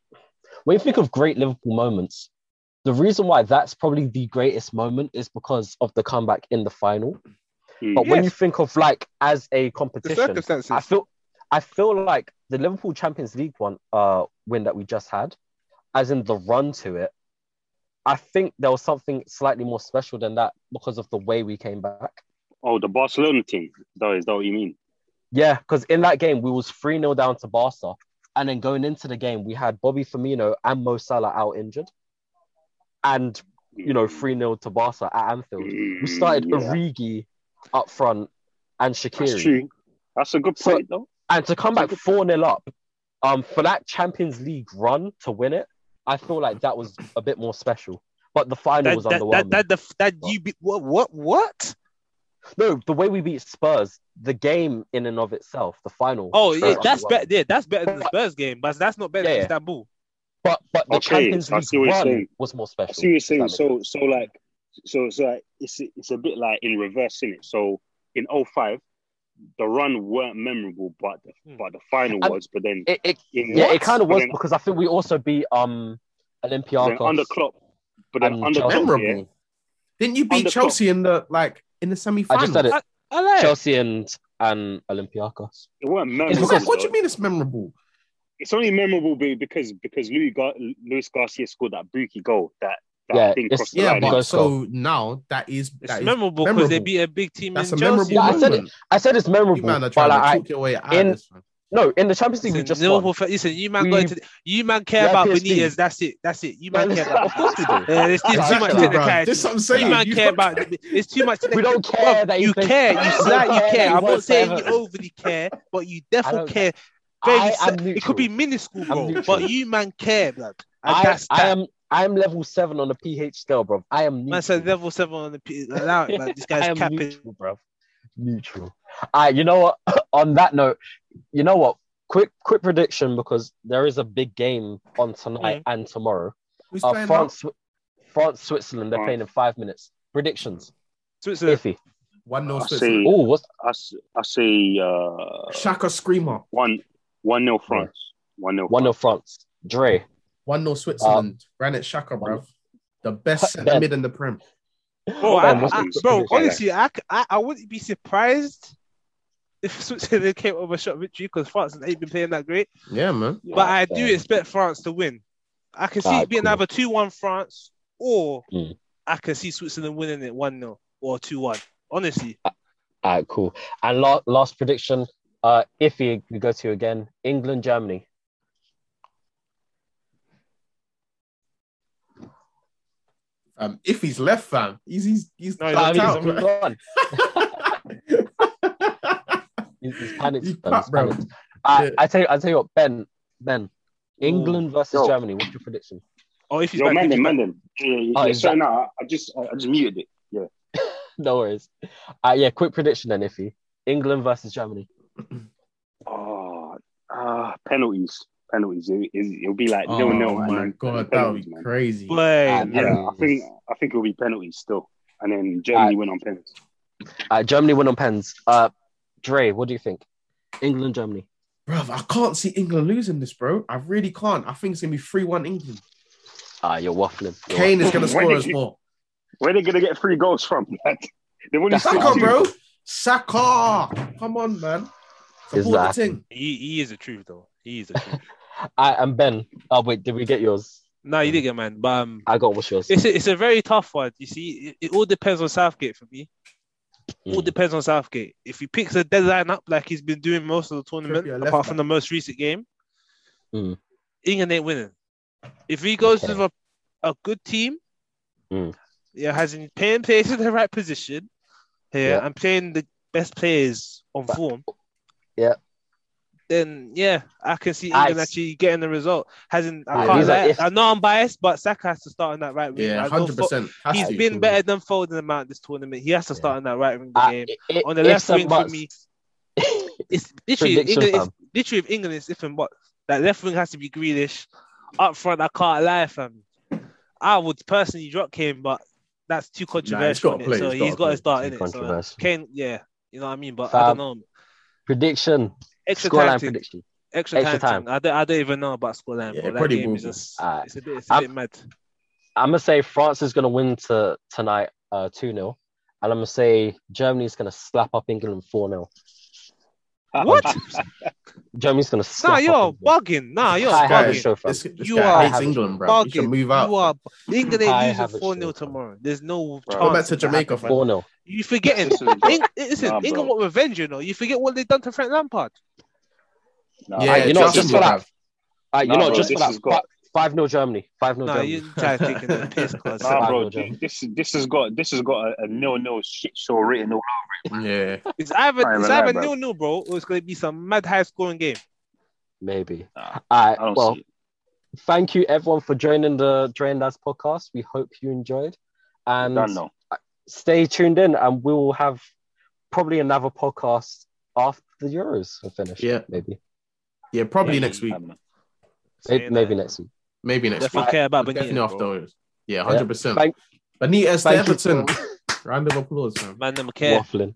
S1: when you think of great Liverpool moments, the reason why that's probably the greatest moment is because of the comeback in the final.
S3: Hmm.
S1: But when
S5: Yes.
S1: you think of like as a
S4: The
S1: competition,
S4: circumstances.
S1: I feel I feel like the Liverpool Champions League one uh win that we just had, as in the run to it, I think there was something slightly more special than that because of the way we came back.
S3: Oh, the Barcelona team. That is that what you mean?
S1: Yeah, because in that game we was 3 0 down to Barca. And then going into the game, we had Bobby Firmino and Mo Salah out injured. And you know, 3 0 to Barca at Anfield. We started
S3: Mm, Yeah.
S1: Origi up front and
S3: That's
S1: Shakiri.
S3: true. That's a good
S1: So-
S3: point, though.
S1: And to come back
S3: That's
S1: 4 0 up um, for that Champions League run to win it, I feel like that was a bit more special. But the final
S5: that,
S1: was
S5: that,
S1: underwhelming.
S5: that, that, that, that you beat what what what?
S1: No, the way we beat Spurs, the game in and of itself, the final.
S5: Oh
S1: was
S5: yeah, that's
S1: underwhelming.
S5: better. Yeah, that's better than the
S1: But-
S5: Spurs game, but that's not better
S1: Yeah,
S5: than
S1: yeah.
S5: Istanbul.
S1: But but the
S3: Okay,
S1: Champions
S3: I see what
S1: League
S3: you're
S1: run
S3: saying.
S1: was more
S3: I
S1: special.
S3: see what you're
S1: if that
S3: saying.
S1: makes
S3: So, so like, so, so like, it's it's a bit like in reverse, is it? So in 05, the run weren't memorable, but the,
S5: Hmm.
S3: but the final
S1: And
S3: was. But then,
S1: it, it,
S3: in
S1: yeah, it
S3: what?
S1: kind of
S3: But
S1: was
S3: then-
S1: because I think we also beat um
S3: but then
S1: Olympiacos.
S3: under Klopp, but then
S1: and
S3: under
S1: Chelsea.
S3: Klopp,
S2: Memorable.
S3: yeah,
S2: Didn't you
S3: On
S2: beat
S3: the top.
S2: Chelsea in the like in the semi
S1: I just said
S2: final?
S1: it.
S5: I like.
S1: Chelsea and and Olympiacos.
S3: it weren't
S1: It's
S3: memorable.
S1: because-
S2: What do
S3: though.
S2: you mean it's memorable?
S3: It's only memorable be- because because Louis Gar- Luis Garcia scored that bookie goal that that
S1: Yeah,
S3: thing
S1: it's-
S3: crossed the
S2: Yeah,
S3: line.
S1: It
S2: but
S1: goes
S2: so now that is
S5: It's
S2: that is
S5: memorable because they
S2: memorable.
S5: beat a big team
S2: that's a
S5: in
S2: memorable
S5: Chelsea.
S1: Yeah, I said it.
S2: moment.
S1: I said it's
S2: You
S1: memorable,
S2: man are
S1: but
S2: trying
S1: like,
S2: to
S1: I,
S2: talk your way out
S1: in-
S2: of this. Man.
S1: no, in the Champions League we
S5: Listen,
S1: just
S5: Liverpool
S1: won.
S5: fan- listen, you man
S1: We-
S5: going to you man care
S1: Yeah,
S5: about
S1: PSG.
S5: Benitez. That's it. That's it. You
S1: No,
S5: man care
S1: listen,
S5: about.
S1: of course we do.
S5: Yeah, there's, there's too much
S1: Exactly,
S2: Exactly, bro.
S5: technicality.
S2: This is what I'm
S5: You
S2: saying.
S5: man
S2: You
S5: care
S2: fucking-
S5: about. It's too much.
S1: We don't care that he
S5: you
S1: plays-
S5: care. You
S1: We
S5: slight.
S1: don't care
S5: You
S1: that
S5: care.
S1: he
S5: I'm not
S1: wants
S5: saying you
S1: Everton.
S5: overly care, but you
S1: I
S5: definitely
S1: don't-
S5: care. Very
S1: I
S5: slight-
S1: am
S5: It could
S1: neutral.
S5: be minuscule,
S1: I'm
S5: bro.
S1: neutral.
S5: But you man care, blood. And
S1: I,
S5: that's
S1: I
S5: that.
S1: am I am level seven on the PH scale, bro. I am neutral.
S5: Man said level seven on the P. Allow it, man. This
S1: I
S5: guy's
S1: am
S5: capping.
S1: neutral, bro. Neutral. I you know what? on that note, you know what? Quick quick prediction because there is a big game on tonight
S5: Mm.
S1: and tomorrow.
S2: Who's
S1: Uh,
S2: playing
S1: France Swi- France Switzerland. They're
S3: France.
S1: playing in five minutes. Predictions.
S5: Switzerland.
S1: Iffy.
S2: one 0
S3: I
S2: Switzerland.
S3: say,
S1: Oh, what's
S3: I, s- I say, uh,
S2: Shaka screamer.
S3: one one nil France, one nil.
S1: one 0 France? Dre.
S2: One 0 Switzerland. Granit Shaka, bro. The best centre
S1: Ben.
S2: mid in the prem.
S5: Bro,
S1: Ben,
S5: I,
S1: what's
S5: I,
S1: the
S5: bro
S1: prediction?
S5: honestly, I, c- I- I wouldn't be surprised if Switzerland came over shot victory because France ain't been playing that great.
S2: Yeah, man.
S5: but I do expect France to win. I can see
S1: Ah,
S5: it being
S1: cool.
S5: either 2 1 France or
S3: Hmm.
S1: Mm.
S5: I can see Switzerland winning it 1 0 or 2 1. Honestly,
S3: Uh,
S1: All right, cool. And la- last prediction, uh, if we we go to again, England, Germany.
S2: Um, if he's left, fam, he's he's he's
S5: No, he's
S1: I
S2: tapped
S1: mean,
S2: out,
S1: he's
S2: bro.
S1: gone. He's, he's panicked.
S2: He's
S1: man,
S2: tapped,
S1: he's
S2: bro.
S1: panicked. I,
S2: Shit.
S1: I tell you, I tell you what, Ben, Ben, England versus
S3: Yo.
S1: Germany. What's your prediction?
S5: or if he's
S3: Yo,
S5: back,
S3: man,
S5: if
S3: then,
S5: he's
S3: man,
S5: back.
S3: then. Yeah, yeah,
S1: Oh,
S3: yeah.
S1: is
S3: So
S1: that-
S3: now I just, I, I just muted it.
S1: No worries. Uh, yeah, quick prediction then, Iffy. England versus Germany.
S3: Oh, ah, penalties, penalties. It, it, will be like
S2: oh
S3: nil nil. and
S2: my
S3: then-
S2: god, that
S3: and
S2: would
S3: penalties,
S2: be
S3: man.
S2: crazy.
S3: Ah,
S5: Wait,
S1: Um,
S3: Yeah, I
S1: Penalties.
S3: think I think it'll be penalties still, and then Germany win on penalties.
S1: Uh, Germany win on pens. Uh, Dre, what do you think? England, Germany.
S2: Bro, I can't see England losing this, bro. I really can't. I think it's gonna be three one England.
S1: Ah, you're waffling. You're
S2: Kane is gonna
S3: When
S2: score
S3: did
S2: as
S3: you-
S2: well.
S3: Where they gonna get three goals from? Like, they wouldn't
S1: That's
S3: score
S2: Saka,
S3: two.
S2: bro. Saka, come on, man.
S1: Is that-
S2: Support the team.
S5: he, he is the truth, though. He is the truth.
S1: waffling. I, and Ben. Oh wait, did we get yours?
S5: no, you didn't get man. But um,
S3: Ah.
S1: I got what's yours.
S5: it's, a, it's a very tough one. You see, it, it all depends on Southgate for me. All
S1: Mm.
S5: depends on Southgate. If he picks a dead line up like he's been doing most of the tournament,
S2: Trippier left
S5: apart from
S2: back.
S5: the most recent game,
S1: Mm.
S5: England ain't winning. If he goes
S1: Okay.
S5: with a, a good team,
S1: Mm.
S5: yeah, has him playing players in the right position, yeah,
S1: Yeah.
S5: and playing the best players on
S1: But-
S5: form,
S1: yeah.
S5: then yeah, I can see England
S1: Aye.
S5: actually getting the result. Hasn't I
S1: Aye,
S5: can't
S1: these are
S5: lie.
S1: if-
S5: I know I'm biased, but Saka has to start in that right wing.
S2: Yeah,
S5: I know
S2: hundred percent.
S5: Fo- He's been better than Foden amount this tournament. He has to
S1: Yeah.
S5: start in that right wing
S1: Uh,
S5: game.
S1: i- i-
S5: On the
S1: if
S5: left wing for
S1: somebody-
S5: me, it's literally if
S1: Prediction,
S5: England. It's, literally if England is if and what that left wing has to be Grealish. Up front, I can't lie, fam. I would personally drop Kane, but that's too controversial.
S2: gotta
S5: innit?
S2: play,
S5: so
S2: he's
S5: he's
S2: gotta
S5: got
S2: play.
S5: to start in
S1: Too
S5: it. So
S1: controversial.
S5: Kane, yeah, you know what I mean. But I
S1: Fam,
S5: don't know.
S1: prediction.
S5: Extra time,
S1: Scoreline
S5: thing,
S1: prediction.
S5: extra,
S1: extra
S5: time.
S1: time.
S5: thing. I don't, I don't even know about scoreline.
S2: Yeah,
S5: bro.
S2: it
S5: That
S2: probably
S5: game
S2: will
S5: is
S2: be.
S5: just,
S1: Alright.
S5: it's a bit, it's a
S1: I'm-
S5: bit mad.
S1: I'm gonna say France is gonna win to tonight, uh, two 0 and I'm gonna say Germany's gonna slap up England four 0
S5: What?
S1: Germany's gonna
S5: Nah,
S1: slap.
S5: you're
S1: up England.
S5: bugging. Nah, you're
S1: I have a
S5: bugging.
S1: show fam.
S2: This, this
S5: You
S2: guy
S5: are
S2: hates England, bro. You
S5: bugging.
S2: should move out.
S5: You are England
S1: I
S5: ain't
S1: have
S5: losing
S1: a
S5: 4 0
S1: shield, fam.
S5: tomorrow. There's no
S3: Bro.
S2: Go back
S5: chance.
S2: to Jamaica, fam.
S1: Four 0
S5: You forgetting?
S3: Listen, bro.
S5: Eng- listen,
S3: Nah, bro.
S5: England want revenge, you know. You forget what they done to Frank Lampard.
S3: Nah,
S2: Yeah,
S1: Alright, you know what,
S2: trust
S1: just
S2: me,
S1: for
S2: bruv.
S1: that, uh, you
S3: Nah,
S1: know,
S3: bro,
S1: just for
S3: this has
S1: that,
S3: got-
S1: five 0 Germany, five 0
S5: Nah,
S1: Germany.
S5: you try taking the piss, cause
S3: Nah,
S1: Survival
S3: bro,
S1: gem.
S3: this this has got this has got a, a nil nil shit show written all
S2: Yeah,
S5: it's either
S3: I ain't gonna
S5: it's
S3: lie,
S5: either
S3: bro.
S5: nil nil, bro, or it's gonna be some mad high scoring game.
S1: Maybe.
S3: Nah,
S1: All
S3: I
S1: right.
S3: don't
S1: Well,
S3: see it.
S1: thank you everyone for joining the Drain Lads podcast. We hope you enjoyed, and
S3: Done though.
S1: stay tuned in, and we will have probably another podcast after the Euros are finished.
S2: Yeah.
S1: maybe,
S2: yeah. Probably next week.
S1: maybe,
S5: Saying
S1: maybe
S5: that.
S1: next week.
S2: Maybe next week.
S5: Definitely care about
S2: Definitely
S5: Benitez, bro.
S2: afterwards. Yeah, hundred percent.
S1: Thank-
S2: Benitez to
S1: thank you,
S2: Everton. Round of applause, man.
S5: Man, them care.
S1: Waffling.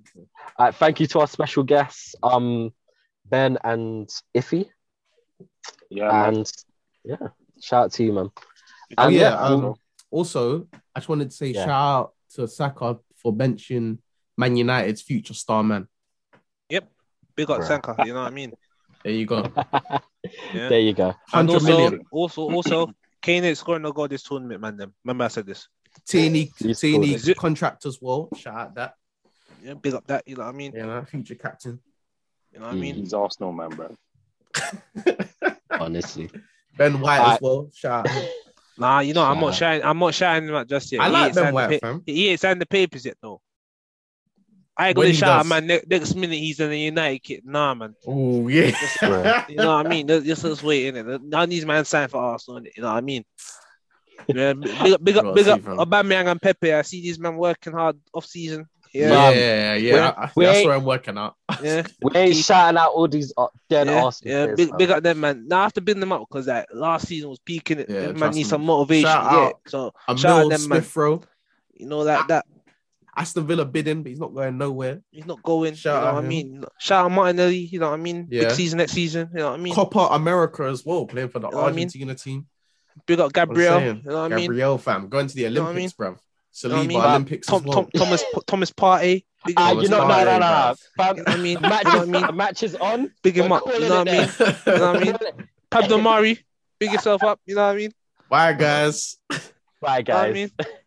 S1: All right, thank you to our special guests, um, Ben and Iffy,
S3: Yeah, man.
S1: and yeah, shout out to you, man.
S2: Oh
S1: And
S2: yeah.
S1: yeah,
S2: um,
S1: cool.
S2: also, I just wanted to say
S1: Yeah.
S2: shout out to Saka for benching Man United's future star man.
S5: Big up
S1: Bruh.
S5: Sanka, you know what I mean?
S2: There you go.
S5: Yeah.
S1: There you go.
S5: And
S2: 100
S5: also,
S2: million.
S5: also, also, Kane ain't scoring no goal this tournament, man. Them. Remember I said this.
S2: Teeny,
S1: He's
S2: teeny
S5: good.
S2: contract as well. Shout out that.
S5: Yeah, big up that, you know what I mean?
S2: You know, future captain.
S5: You know what I mean?
S1: Mm.
S3: He's Arsenal man, bro.
S1: Honestly,
S2: Ben White
S1: I-
S2: as well. Shout out. him.
S5: Nah, you know, I'm
S1: Nah.
S5: not shining, I'm not shining him out just yet.
S2: I
S5: He
S2: like
S5: ain't
S2: Ben
S5: signed the
S2: White,
S5: pa-
S2: fam.
S5: He ain't signed the papers yet though. I ain't
S2: When
S5: gonna
S2: he
S5: shout out
S2: does.
S5: man ne- next minute he's in the United kit. Nah man.
S2: Oh yeah.
S1: Right.
S5: You know what I mean? Let's, let's, let's wait in it. None of these man signed for Arsenal, innit? you know what I mean? Yeah, big up, big
S2: Bro,
S5: up, big
S2: see,
S5: up,
S2: fam.
S5: Aubameyang and Pepe. I see these men working hard off season. Yeah,
S2: Yeah, yeah, yeah.
S1: We're-
S2: I- I- that's
S1: we're-
S2: where I'm working out.
S5: yeah,
S1: we ain't shouting out all these uh, dead
S5: yeah.
S1: Arsenal
S5: yeah.
S1: players,
S5: Big,
S1: man.
S5: big up them man. Now I have to build them up because that last season was peaking. It
S2: Yeah,
S5: them man
S2: trust
S5: need
S2: me.
S5: some motivation.
S2: Shout
S5: yeah,
S2: out.
S5: so Shout out
S2: Amil
S5: them, man.
S2: Smith Rowe,
S5: you know like that.
S2: Aston Villa bidding, but he's not going nowhere.
S5: He's not going.
S2: Shout
S5: you know
S2: out
S5: what I
S2: him.
S5: mean? Shout out Martinelli. You know what I mean?
S2: Yeah.
S5: Big season next season. You know what I mean?
S2: Copa America as well, playing for the
S5: You know what I mean?
S2: Argentina team.
S5: Big up
S2: I'm
S5: Gabriel. You
S2: saying,
S5: know what I mean?
S2: Gabriel, fam, going to the
S5: know what I
S2: Olympics, bruv.
S5: You know what I
S2: Saliba
S5: mean?
S2: Olympics
S5: Tom,
S2: as well.
S5: Tom, Thomas Thomas Partey. Big
S1: Ah,
S2: Ah,
S5: him up.
S1: you
S2: it's
S1: know, no,
S2: hard,
S1: no, no,
S2: eh,
S1: no.
S5: You
S1: Fam,
S5: know what I mean?
S1: the match,
S5: You know what I mean?
S1: the match is on.
S5: Big him
S1: We're
S5: up. You
S1: calling
S5: know
S1: it
S5: what I mean? You know what I mean? Pablo Mari, big yourself up. You know what I mean?
S2: Bye, guys.
S1: Bye,
S5: You know what I
S1: guys.
S5: mean?